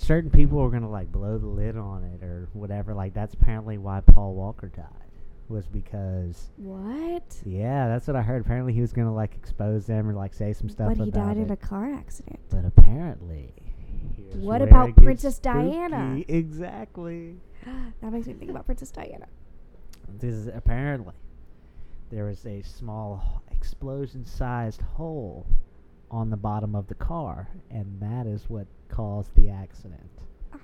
certain people are gonna like blow the lid on it or whatever. Like that's apparently why Paul Walker died was because
What?
yeah, that's what I heard. Apparently he was gonna like expose them or like say some stuff.
But he
about
died in
it.
a car accident.
But apparently. here's
What
where
about
it gets
Princess Diana?
spooky. Exactly.
that makes me think about Princess Diana.
This is apparently there was a small explosion-sized hole on the bottom of the car, and that is what caused the accident.
Uh,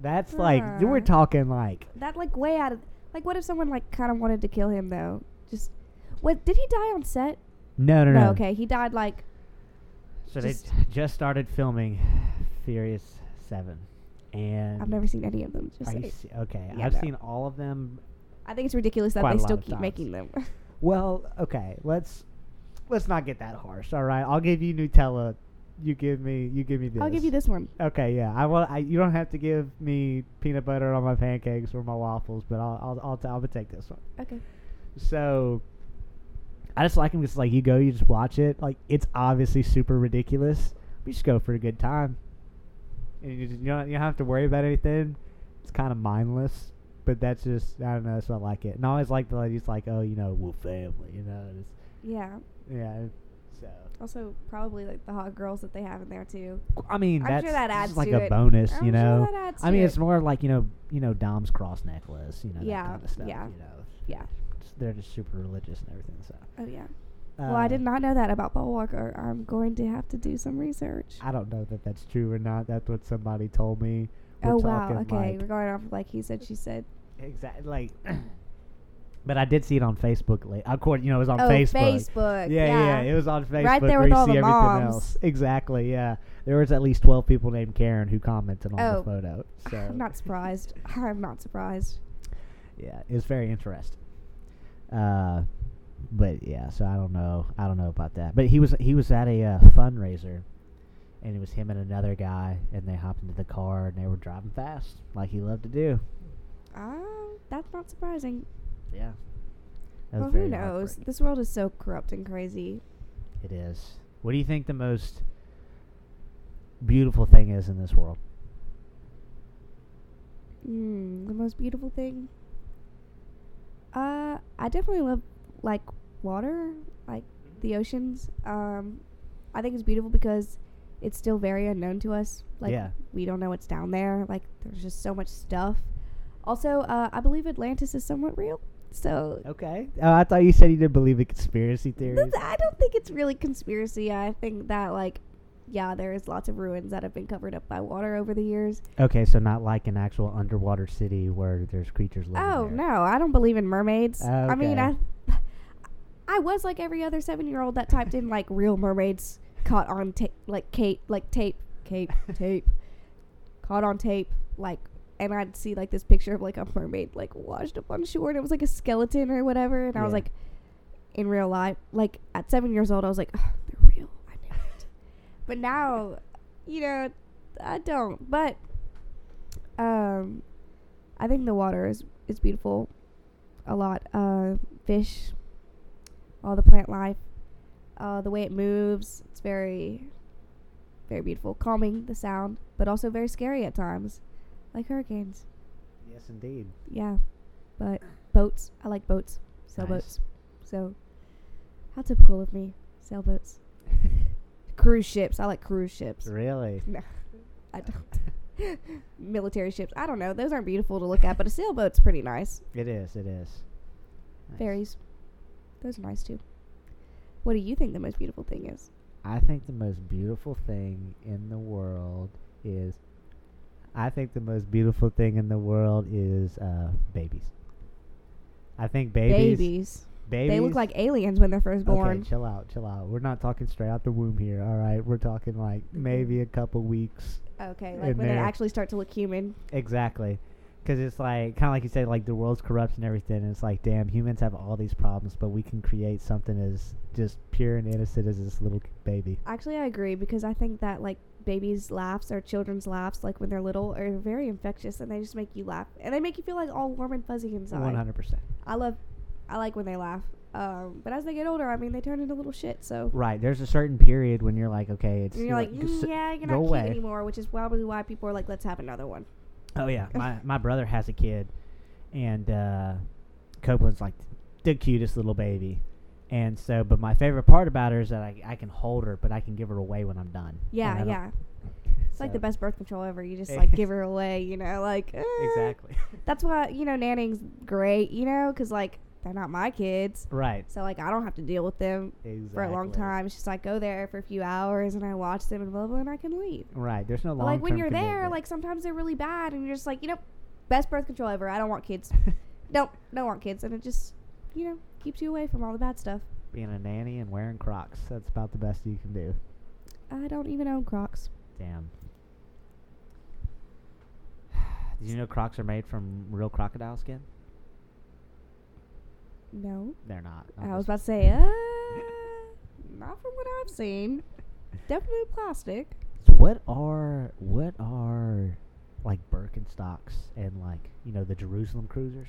That's like you were
huh.
talking like
That like way out of like, what if someone like kind of wanted to kill him though? Just what? Did he die on set?
no, no, no.
No. Okay, he died like
So they
just-
j- just started filming Furious Seven, and
I've never seen any of them. Just
Are you
like,
se- okay,
Yeah,
I've
no.
seen all of them.
I think it's ridiculous that
Quite
they
a lot
still
of
keep
times.
making them.
Well, okay, let's let's not get that harsh. All right, I'll give you Nutella. You give me you give me this.
I'll give you this one.
Okay, yeah. I want. I, you don't have to give me peanut butter on my pancakes or my waffles, but I'll I'll I'll, t- I'll take this one.
Okay.
So, I just like them because like you go, you just watch it. Like it's obviously super ridiculous. We just go for a good time, and you just, you don't you don't have to worry about anything. It's kind of mindless, but that's just I don't know. That's why I like it. And I always like the ladies like, oh, you know, we're family. You know, and it's,
Yeah.
yeah. So
Also, probably like the hot girls that they have in there too.
I mean,
I'm
that's
sure that
this
adds
is like
to
a
it.
bonus.
I'm
you
sure
know,
that adds
I
to
mean,
it.
it's more like you know, you know, Dom's cross necklace. You know,
Yeah,
that kind of stuff.
yeah.
You know,
Yeah.
It's- they're just super religious and everything. So.
Oh yeah. well, I
Uh,
did not know that about Paul Walker. I'm going to have to do some research.
I don't know that that's true or not. That's what somebody told me.
oh wow.
talking,
Okay,
like-
we're going off of, like he said, she said.
Exactly. Like, but I did see it on Facebook. Like, of course, you know, it was on
oh,
Facebook.
Facebook.
Yeah, yeah, it was on Facebook.
Right there
where
with
you
all
see
the
everything
moms.
else. Exactly. Yeah, there was at least twelve people named Karen who commented on
Oh.
the photo. So
I'm not surprised. I'm not surprised.
yeah, it was very interesting. Uh, but yeah, so I don't know, I don't know about that. But he was he was at a uh, fundraiser, and it was him and another guy, and they hopped into the car and they were driving fast, like he loved to do.
Um, that's not surprising.
Yeah. That was
well, who
very
knows?
heartbreaking.
This world is so corrupt and crazy.
It is. What do you think the most beautiful thing is in this world?
Mm, the most beautiful thing. Uh, I definitely love like water, like
Hmm?
the oceans. Um, I think it's beautiful because it's still very unknown to us. Like
Yeah.
we don't know what's down there. Like there's just so much stuff. Also, uh, I believe Atlantis is somewhat real. So
Okay. Oh, I thought you said you didn't believe in conspiracy theories.
That's- I don't think it's really conspiracy. I think that like, yeah, there is lots of ruins that have been covered up by water over the years.
Okay, so not like an actual underwater city where there's creatures living.
Oh
there.
no, I don't believe in mermaids. I mean, I,
Okay.
I was like every other seven-year-old that typed in like real mermaids caught on tape, like Kate, like tape, cape, tape, caught on tape, like, and I'd see like this picture of like a mermaid like washed up on shore, and it was like a skeleton or whatever, and I was
Yeah.
like, in real life, like at seven years old, I was like, oh, they're real, I knew it, but now, you know, I don't, but, um, I think the water is is beautiful, a lot, uh, fish, all the plant life, uh, the way it moves. It's very, very beautiful, calming the sound, but also very scary at times, like hurricanes.
Yes, indeed.
Yeah, but boats. I like boats, sailboats. So, how typical of me, sailboats, cruise ships. I like cruise ships.
Really?
No, I don't. Military ships. I don't know. Those aren't beautiful to look at, but a sailboat's pretty nice.
It is. It is. Nice.
Fairies. Those are nice too. What do you think the most beautiful thing is?
I think the most beautiful thing in the world is I think the most beautiful thing in the world is uh, babies. I think babies.
Babies.
Babies.
They look like aliens when they're first born.
Okay, chill out, chill out. We're not talking straight out the womb here. All right, we're talking like maybe a couple weeks.
Okay,
in
like when they
there.
actually start to look human.
Exactly. Because it's like, kind of like you said, like the world's corrupt and everything. And it's like, damn, humans have all these problems, but we can create something as just pure and innocent as this little baby.
Actually, I agree because I think that like babies' laughs or children's laughs, like when they're little, are very infectious and they just make you laugh and they make you feel like all warm and fuzzy inside.
100%.
I love, I like when they laugh. Um, but as they get older, I mean, they turn into little shit. So
Right. There's a certain period when you're like, okay, it's.
And you're like,
just-
"Mm, yeah,
go
you're not cute
away."
anymore, which is probably why people are like, let's have another one.
Oh yeah, my my brother has a kid, and uh, Copeland's like the cutest little baby, and so. But my favorite part about her is that I, I can hold her, but I can give her away when I'm done. And I
Yeah,
don't-
yeah. It's like the
so-
best birth control ever. You just like give her away, you know, like eh.
Exactly.
That's why you know nanning's great, you know, because like they're not my kids,
right.
so like I don't have to deal with them
Exactly.
for a long time. It's just I go there for a few hours and I watch them and blah blah, and I can leave.
Right. There's no long.
But like when you're there, like sometimes they're really bad, and you're just like, you know, best birth control ever. I don't want kids. don't don't want kids, and it just you know keeps you away from all the bad stuff.
being a nanny and wearing Crocs, that's about the best you can do.
I don't even own Crocs.
Damn. Did you know Crocs are made from real crocodile skin?
No,
They're not. I'm
I was
just-
about to say, uh, not from what I've seen. Definitely plastic.
So what are what are like Birkenstocks and like you know the Jerusalem cruisers?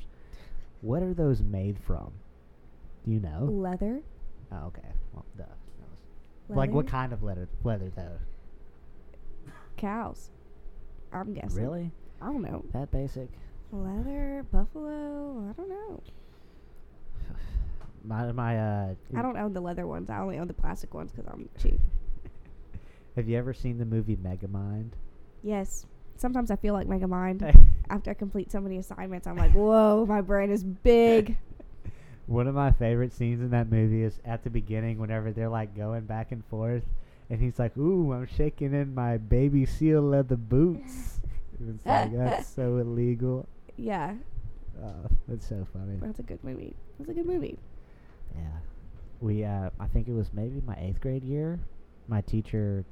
What are those made from? Do you know?
Leather.
Oh, okay. Well, duh. That was- Like what
leather,
kind of leather? Leather though?
Cows. I'm guessing.
Really?
I don't know.
That basic?
Leather, buffalo. I don't know.
My my. Uh,
I don't own the leather ones. I only own the plastic ones because I'm cheap.
Have you ever seen the movie Megamind?
Yes. Sometimes I feel like Megamind. After I complete so many assignments, I'm like, whoa, my brain is big.
One of my favorite scenes in that movie is at the beginning whenever they're like going back and forth and he's like, Ooh, I'm shaking in my baby seal leather boots. And it's like that's so illegal.
Yeah,
Oh, that's so funny.
that's a good movie. That's a good movie.
Yeah. We uh I think it was maybe my eighth grade year, my teacher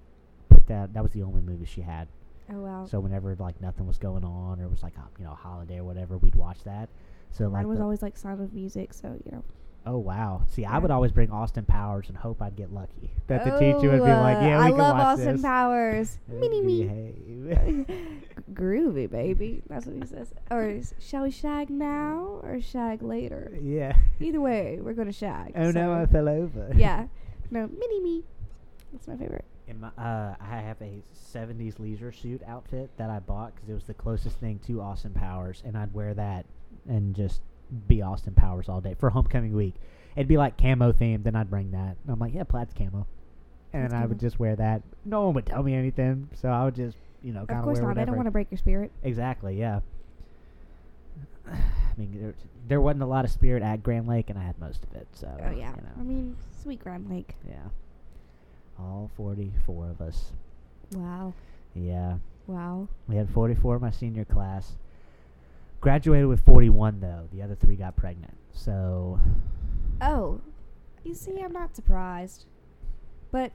put that that was the only movie she had.
Oh, wow.
So whenever like nothing was going on or it was like a, you know, a holiday or whatever, we'd watch that. So like
Mine was
the-
always like Sound of Music, so, you know.
Oh wow! See, I
Yeah.
would always bring Austin Powers and hope I'd get lucky. That the teacher would be like,
Oh,
"Yeah, we
I
can
love
watch
Austin
this."
Powers.
And
Mini me.
behave.
Groovy, baby. That's what he says. Or is- shall we shag now or shag later?
yeah.
Either way, we're going to shag.
Oh no, I
so-
fell over.
Yeah. No, mini me. That's my favorite.
In my, uh, I have a '70s leisure suit outfit that I bought because it was the closest thing to Austin Powers, and I'd wear that and just be Austin Powers all day for homecoming week. It'd be like camo themed, then I'd bring that. And I'm like, "Yeah, plaid's camo," and
Plaid's
I would
camo.
just wear that. No one would tell me anything, so I would just, you know, kind
Of course
wear
not. I
whatever.
don't want to break your spirit.
Exactly. Yeah. I mean, there, there wasn't a lot of spirit at Grand Lake, and I had most of it. So.
Oh, yeah.
You know,
I mean, sweet Grand Lake.
yeah. All forty-four of us.
Wow.
Yeah,
Wow.
we had forty-four in my senior class. Graduated with forty-one though. The other three got pregnant. So.
Oh, you see, I'm not surprised. But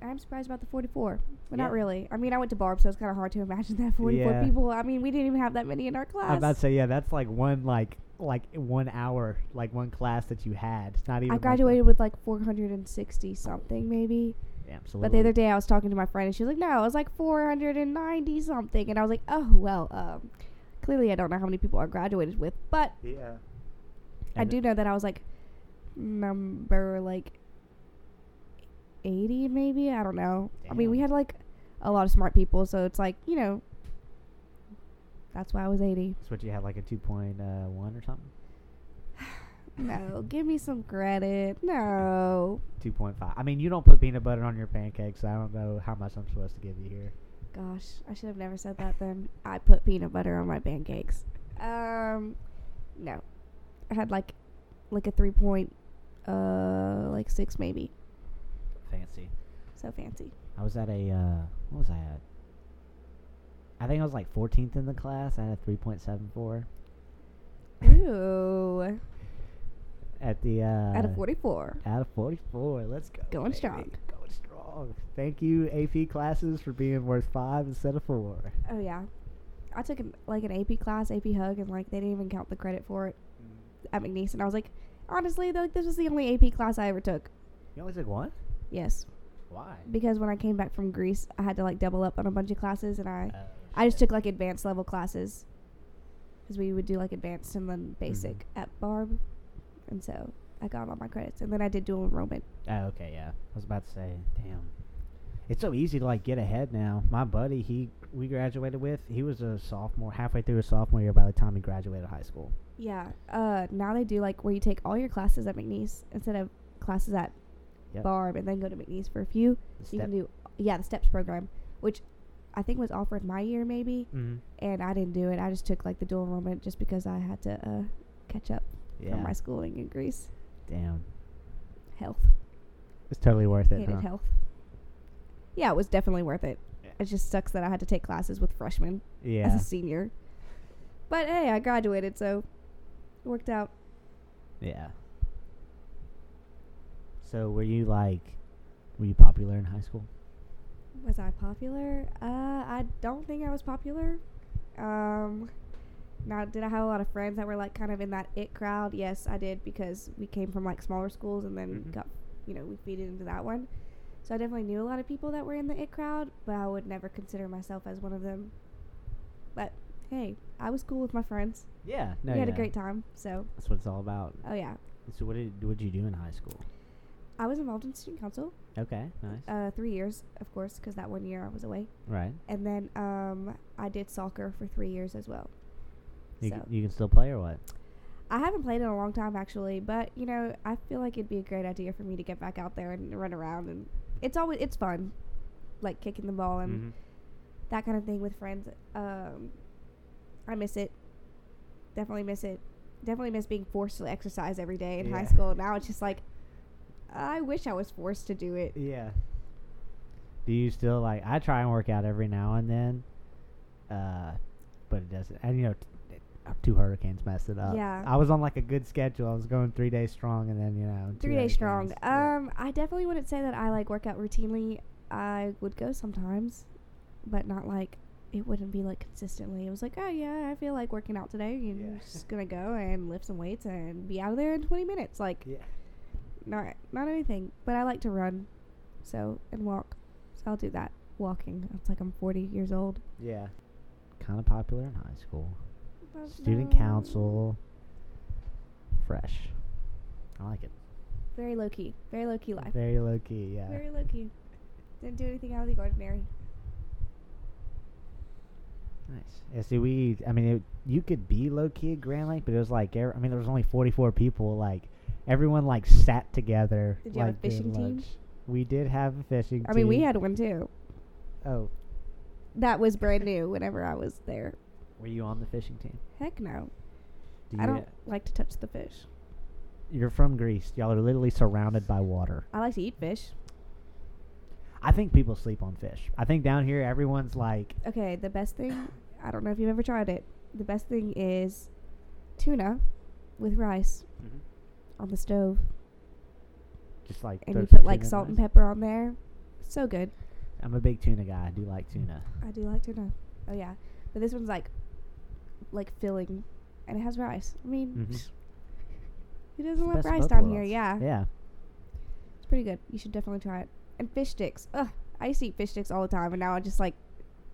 I'm surprised about the 44. But
Yeah.
not really. I mean, I went to Barb, so it's kind of hard to imagine that 44
Yeah.
people. I mean, we didn't even have that many in our class.
I'm about to say yeah. That's like one like like one hour like one class that you had. It's not even.
I
like the-
graduated with like 460 something, maybe.
Yeah,
But the
absolutely.
other day I was talking to my friend and she was like, no, it was like 490 something. And I was like, oh, well, um, clearly I don't know how many people I graduated with. But
Yeah.
I
And-
do know that I was like number like 80 maybe. I don't know. I mean, we
Damn.
had like a lot of smart people, so it's like, you know, that's why I was 80.
That's what you had like a two point uh, one or something.
No, give me some credit. No.
Two point five. I mean, you don't put peanut butter on your pancakes. so I don't know how much I'm supposed to give you here.
Gosh, I should have never said that then. I put peanut butter on my pancakes. Um no. I had like like a 3 point uh like 6 maybe.
Fancy.
So fancy.
I was at a uh, what was I at? I think I was like 14th in the class. I had a 3.74
Ooh.
at the uh,
out of 44.
out of 44. Let's go.
Going
baby.
strong.
Going strong. Thank you AP classes for being worth five instead of four.
Oh, yeah. I took an, like an AP class, AP hug, and like they didn't even count the credit for it
Hmm.
at McNeese. And I was like, honestly, like this was the only AP class I ever took.
You only took one?
Yes.
Why?
Because when I came back from Greece, I had to like double up on a bunch of classes, and I,
Oh,
I just
shit.
took like advanced level classes. Because we would do like advanced and
Mm-hmm.
then basic at Barb. And so I got all my credits. And then I did dual enrollment.
Oh, okay, yeah. I was about to say, damn. It's so easy to like get ahead now. My buddy, he we graduated with, he was a sophomore, halfway through his sophomore year by the time he graduated high school.
Yeah. Uh, now they do like where you take all your classes at McNeese instead of classes at
Yep.
Barb and then go to McNeese for a few.
The
You
step-
can do yeah the steps program, which I think was offered my year maybe,
Mhm.
and I didn't do it. I just took like the dual enrollment just because I had to uh, catch up
Yeah.
from my schooling in Greece.
Damn.
Health
It's totally worth it.
hated
huh?
health. Yeah, it was definitely worth it.
Yeah.
It just sucks that I had to take classes with freshmen as
Yeah.
a senior. But hey, I graduated, so it worked out.
Yeah. So were you like were you popular in high school?
Was I popular? Uh, I don't think I was popular. Um, now, did I have a lot of friends that were like kind of in that it crowd? Yes, I did because we came from like smaller schools and then
Mhm.
got, you know, we feed into that one. So I definitely knew a lot of people that were in the it crowd, but I would never consider myself as one of them. But hey, I was cool with my friends.
Yeah. No.
we had
yeah.
a great time. So,
That's what it's all about.
oh yeah,
So what did what did you do in high school?
I was involved in student council,
Okay. Nice.
uh, eh, three years, of course, because that one year I was away.
right.
and then um, I did soccer for three years as well.
You,
so
c- you can still play or what?
I haven't played in a long time actually, but you know I feel like it'd be a great idea for me to get back out there and run around and it's always it's fun, like kicking the ball and
Mm-hmm.
that kind of thing with friends. Um, I miss it, definitely miss it, definitely miss being forced to exercise every day in high
Yeah.
school. Now it's just like I wish I was forced to do it.
Yeah. Do you still like? I try and work out every now and then, uh, but it doesn't. And you know, t- uh, two hurricanes messed it up.
Yeah.
I was on like a good schedule. I was going three days strong, and then you know, two
Three days strong.
hurricanes. Yeah.
Um, I definitely wouldn't say that I like work out routinely. I would go sometimes, but not like it wouldn't be like consistently. It was like, oh yeah, I feel like working out today. and
Yeah.
I'm just gonna go and lift some weights and be out of there in 20 minutes. Like,
yeah.
not not anything. But I like to run, so and walk. So I'll do that. Walking. It's like I'm 40 years old.
Yeah. Kind of popular in high school.
But
Student
no,
council. Fresh. I like it.
Very low key. Very low key life.
Very low key. Yeah.
Very low key. Didn't do anything out of the ordinary.
Nice. Yeah, see, we, I mean, it, you could be low key at Grand Lake, but it was like, ev- I mean, there was only 44 people. Like, everyone, like, sat together.
Did you have a
like, during
fishing team?
lunch. We did have a fishing team.
I mean, we had one too.
Oh,
that was brand new whenever I was there.
were you on the fishing team?
Heck no.
Do
I don't like to touch the fish.
You're from Greece. Y'all are literally surrounded by water.
I like to eat fish.
I think people sleep on fish. I think down here, everyone's like,
Okay, the best thing, I don't know if you've ever tried it. The best thing is tuna with rice on the stove.
Mm-hmm. just like,
And
throw
you
some
put like
tuna in
salt and
rice.
pepper on there. So good.
I'm a big tuna guy. I do like tuna.
I do like tuna. Oh yeah. But this one's like like filling and it has rice. I mean,
Mhm.
who
It's the
doesn't love
best of
rice
both
down here?
worlds.
Yeah.
Yeah.
It's pretty good. You should definitely try it. And fish sticks. Ugh. I used to eat fish sticks all the time, and now I just like,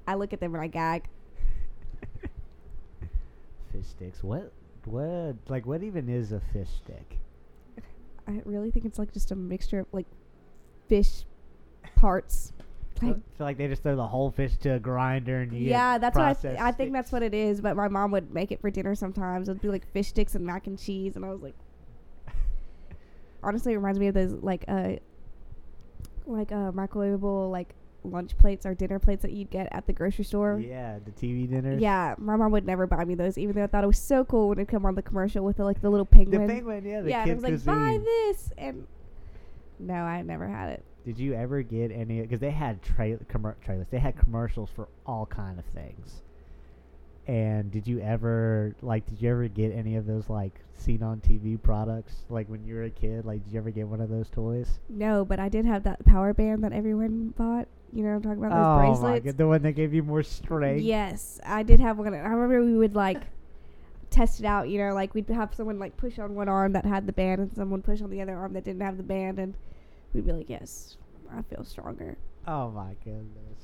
I look at them and I gag.
Fish sticks. What? What? Like, what even is a fish stick?
I really think it's like just a mixture of like fish parts.
I
Like,
feel like they just throw the whole fish to a grinder and you get
yeah, that's what I, th-
processed
I think. That's
sticks.
what it is. But my mom would make it for dinner sometimes. It'd be like fish sticks and mac and cheese, and I was like, honestly, it reminds me of those like uh, like uh, microwavable like lunch plates or dinner plates that you'd get at the grocery store.
Yeah, the TV dinners.
Yeah, my mom would never buy me those, even though I thought it was so cool when it come on the commercial with the, like the little penguin.
the penguin. Yeah, the
yeah, and I
kids
was like, buy
cuisine.
this, and no, I never had it.
Did you ever get any? Because they had tra- commer- trailers, they had commercials for all kind of things. And did you ever like? Did you ever get any of those like seen on TV products? Like when you were a kid, like did you ever get one of those toys?
No, but I did have that power band that everyone bought. You know, what I'm talking about those
oh my
bracelets.
god, the one that gave you more strength.
Yes, I did have one. and I remember we would like test it out. You know, like we'd have someone like push on one arm that had the band, and someone push on the other arm that didn't have the band, and we'd be like, "Yes, I feel stronger."
Oh my goodness!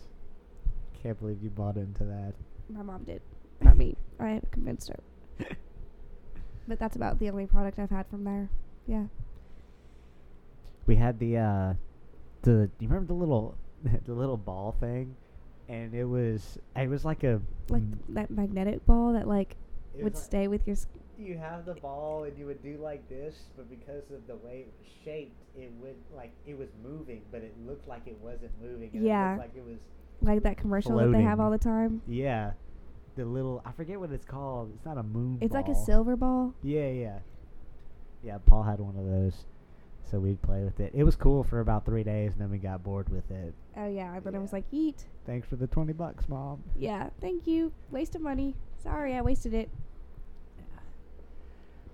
Can't believe you bought into that.
My mom did, not me. I convinced her. but that's about the only product I've had from there. Yeah.
we had the uh the do you remember the little the little ball thing and it was it was like a mm,
Like
m-
that magnetic ball that like
it
would
was like-
stay with your s-
you have the ball and you would do like this but because of the way it was shaped it would like it was moving but it looked like it wasn't moving and
Yeah.
it looked like it was
like that commercial that they have all the time.
yeah the little i forget what it's called it's not a moon
It's like a
ball. E
silver ball.
Yeah, yeah. Yeah, Paul had one of those. So we'd play with it. It was cool for about three days and then we got bored with it.
Oh yeah, and then I was
Yeah.
like, "Eat."
Thanks for the twenty bucks, Mom.
Yeah, thank you. Waste of money. Sorry, I wasted it.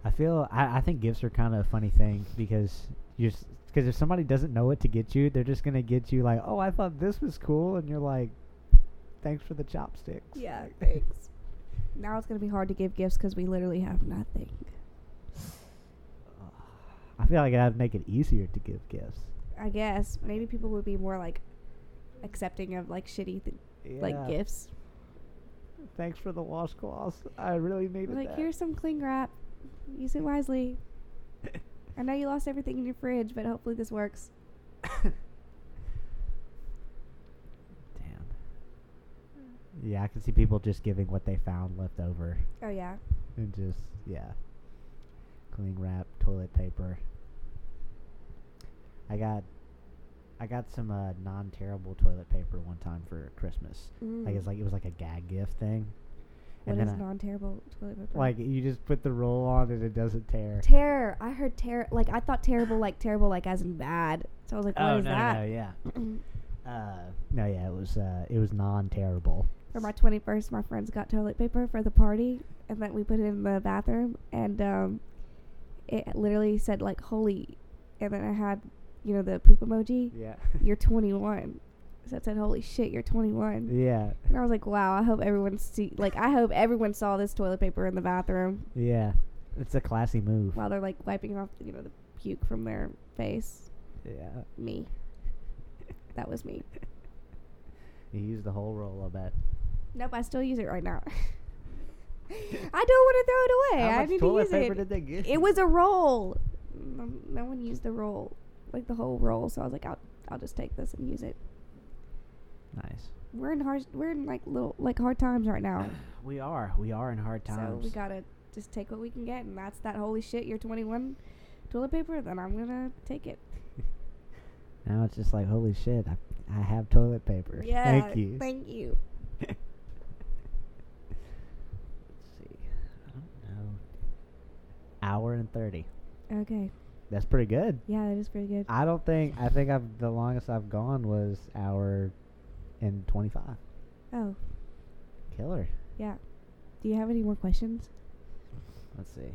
I feel I, I think gifts are kinda a funny thing because you because if somebody doesn't know what to get you, they're just gonna get you like, Oh, I thought this was cool and you're like Thanks for the chopsticks.
Yeah,
Like,
thanks. Now it's gonna be hard to give gifts because we literally have nothing.
I feel like I'd make it easier to give gifts.
I guess maybe people would be more like accepting of like shitty th- like
Yeah.
gifts.
Thanks for the washcloths. I really needed
Like
that.
here's some cling wrap. Use it wisely. I know you lost everything in your fridge, but hopefully this works.
Damn. Yeah, I can see people just giving what they found left over
Oh yeah,
and just yeah. Cling wrap, toilet paper. I got I got some uh, non-terrible toilet paper one time for Christmas. Like it's
Mm.
like it was like a gag gift thing.
what
and
is
then I-
non-terrible toilet paper?
like you just put the roll on and it doesn't tear.
terror. I heard terror. Like I thought terrible, like terrible, like as in bad. So I was like, what is
oh no,
that?
no, yeah. Uh, no, yeah, it was uh, it was non-terrible.
for my 21st my friends got toilet paper for the party and then we put it in the bathroom and um, it literally said like holy and then i had you know the poop emoji
Yeah.
you're 21 so it said holy shit you're 21
Yeah.
and i was like wow i hope everyone see like i hope everyone saw this toilet paper in the bathroom
Yeah. It's a classy move.
while they're like wiping off you know the puke from their face
Yeah.
me that was me
You use the whole roll, I bet.
nope i still use it right now i don't want to throw it away
How
i
much
need to
toilet
use
paper
it
did they get?
It was a roll. No, no one used the roll, like the whole roll. So I was like, I'll, I'll just take this and use it.
nice.
We're in hard, we're in like little, like hard times right now.
We are. We are in hard
So
times.
we gotta just take what we can get, and that's that. Holy shit, you're 21. Toilet paper. Then I'm gonna take it.
now it's just like, holy shit, I, I have toilet paper.
Yeah.
Thank you.
Thank you.
Let's see. I don't know. Hour and 30.
Okay.
That's pretty good.
Yeah, that is pretty good.
I don't think, I think I've the longest I've gone was hour and 25.
oh,
Killer.
yeah. Do you have any more questions?
Let's see.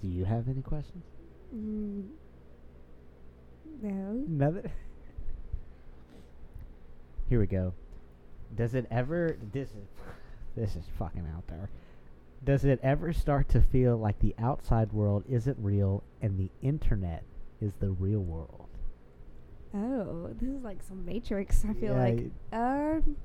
Do you have any questions?
Mm. No.
Nothing. Here we go. Does it ever? This is this is fucking out there. Does it ever start to feel like the outside world isn't real and the internet is the real world?
Oh, this is like some Matrix. I feel
Yeah,
like. Um,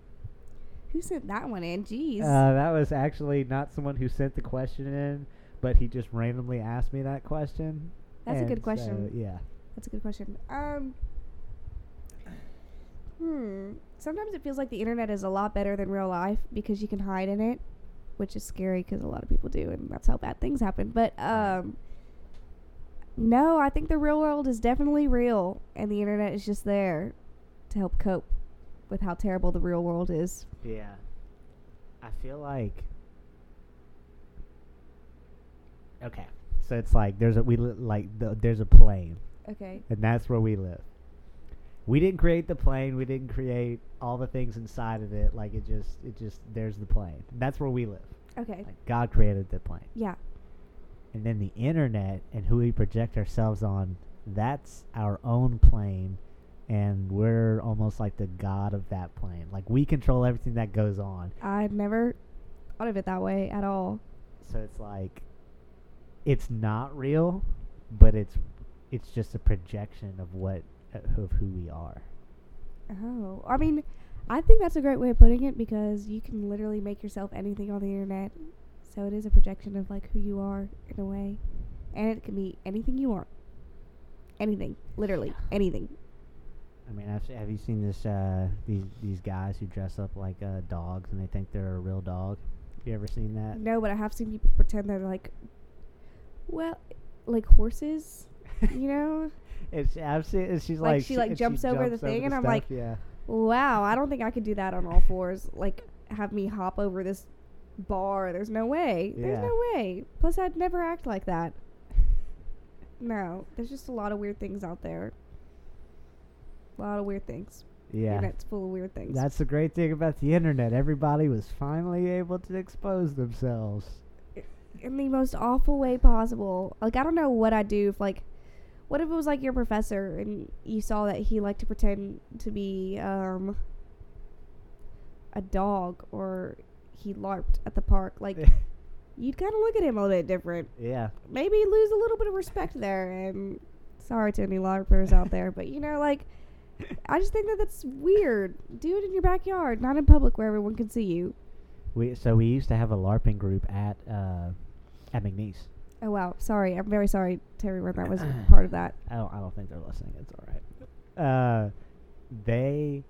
who sent that one in? Jeez.
Uh, that was actually not someone who sent the question in, but he just randomly asked me that question.
That's a good
and so,
question.
yeah.
That's a good question. Um, hmm. Sometimes it feels like the internet is a lot better than real life because you can hide in it, which is scary because a lot of people do, and that's how bad things happen. But
Right.
um, no, I think the real world is definitely real, and the internet is just there to help cope with how terrible the real world is.
Yeah. I feel like Okay. So it's like there's a we li- like the, there's a plane
Okay.
and that's where we live. we didn't create the plane. We didn't create all the things inside of it. Like it just, it just there's the plane. That's where we live.
Okay.
Like God created the plane,
Yeah.
and then the internet and who we project ourselves on. That's our own plane, and we're almost like the god of that plane. Like we control everything that goes on.
I never thought of it that way at all.
So it's like, it's not real, but it's, it's just a projection of what uh, of who we are.
Oh. I mean, I think that's a great way of putting it because you can literally make yourself anything on the internet. So it is a projection of like who you are in a way. And it can be anything you want. Anything. Literally. Anything.
I mean, have, have you seen this? Uh, these these guys who dress up like uh, dogs and they think they're a real dog. Have you ever seen that?
No, but I have seen people pretend they're like, well, like horses, you know?
It's I've seen. It's, she's
Like,
like,
she, like,
and
jumps over the thing and I'm like,
yeah.
Wow, I don't think I could do that on all fours. Like, have me hop over this bar. There's no way. There's
Yeah.
no way. Plus, I'd never act like that. No, there's just a lot of weird things out there. A lot of weird things.
Yeah.
Internet's full of weird things.
That's the great thing about the internet. Everybody was finally able to expose themselves.
in the most awful way possible. Like I don't know what I'd do if like what if it was like your professor and you saw that he liked to pretend to be um a dog or he larped at the park. Like you'd kind of look at him a little bit different.
yeah.
Maybe lose a little bit of respect there and sorry to any larpers out there, but you know like I just think that that's weird. Do it in your backyard, not in public where everyone can see you.
We so we used to have a LARPing group at uh, at McNeese. Uh,
Oh wow, sorry. I'm very sorry, Terry, when that was part of that.
I don't. I don't think they're listening. It's all right. Uh, they.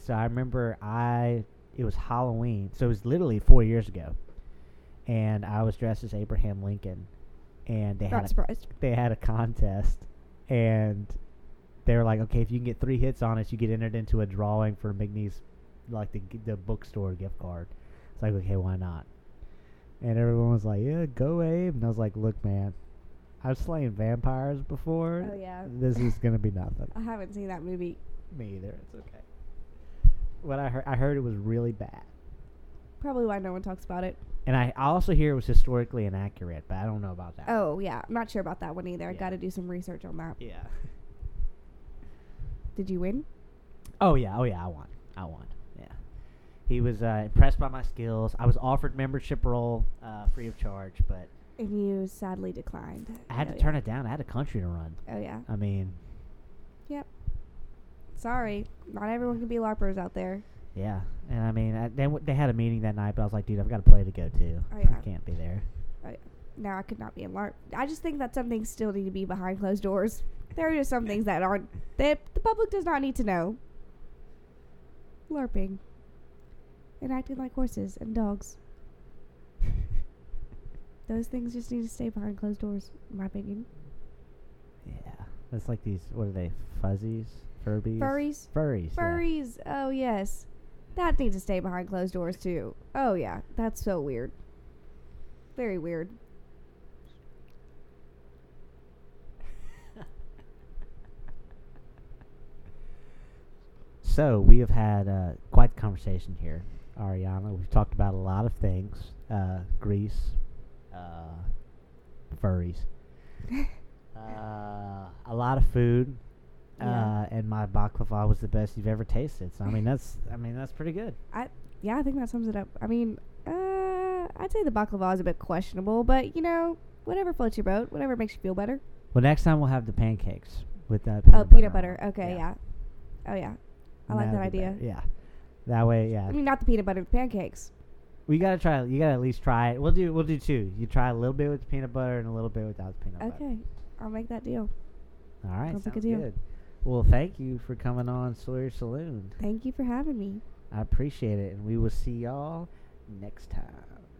So I remember I. It was Halloween. So it was literally four years ago, and I was dressed as Abraham Lincoln, and they
Not
had a,
surprised.
they had a contest, and they were like, okay, if you can get three hits on us, you get entered into a drawing for McNeese, like the g- the bookstore gift card. It's like, okay, why not? And everyone was like, yeah, go Abe. And I was like, look, man, I've slain vampires before.
Oh, yeah.
This is gonna be nothing.
I haven't seen that movie.
Me either. It's okay. What I heard, I heard it was really bad,
Probably why no one talks about it.
and I I also hear it was historically inaccurate, but I don't know about that.
Oh yeah, I'm not sure about that one either. I
Yeah.
got to do some research on that.
yeah.
Did you win?
Oh yeah, oh yeah, I won. I won. Yeah. He was uh, impressed by my skills. I was offered membership role uh, free of charge, but
And you sadly declined.
I had
Oh,
to
yeah.
turn it down. Um, I had a country to run.
Oh yeah.
I mean,
Yep. Sorry, not everyone can be larpers out there.
yeah. And I mean, I, they, w- they had a meeting that night, but I was like, dude, I've got a play to go to.
Oh, yeah.
I can't be there.
Oh, yeah. No, I could not be a larp. I just think that some things still need to be behind closed doors. There are just some things that aren't that the public does not need to know. Larping. And acting like horses and dogs. Those things just need to stay behind closed doors, in my opinion.
Yeah. That's like these, what are they, fuzzies? Furbies?
Furries.
Furries. yeah.
Furries. Oh yes, that needs to stay behind closed doors too. Oh yeah, that's so weird. Very weird.
So we have had uh, quite the conversation here, Ariana. We've talked about a lot of things: uh, Greece, uh, furries, uh, a lot of food,
Yeah.
uh, and my baklava was the best you've ever tasted. So I mean, that's I mean that's pretty good.
I yeah, I think that sums it up. I mean, uh, I'd say the baklava is a bit questionable, but you know, whatever floats your boat, whatever makes you feel better.
Well, next time we'll have the pancakes with that.
oh, peanut butter.
on 'em.
Okay, yeah. Oh yeah, I
And
like that
that'll be
idea.
better. Yeah, that way, yeah.
I mean, not the peanut butter the pancakes.
we gotta try. You gotta at least try it. We'll do. We'll do two. You try a little bit with the peanut butter and a little bit without the peanut butter.
Okay, I'll make that deal.
All right,
Sounds like a
sounds
deal.
good. Well, thank you for coming on Sawyer Saloon.
Thank you for having me.
I appreciate it, and we will see y'all next time.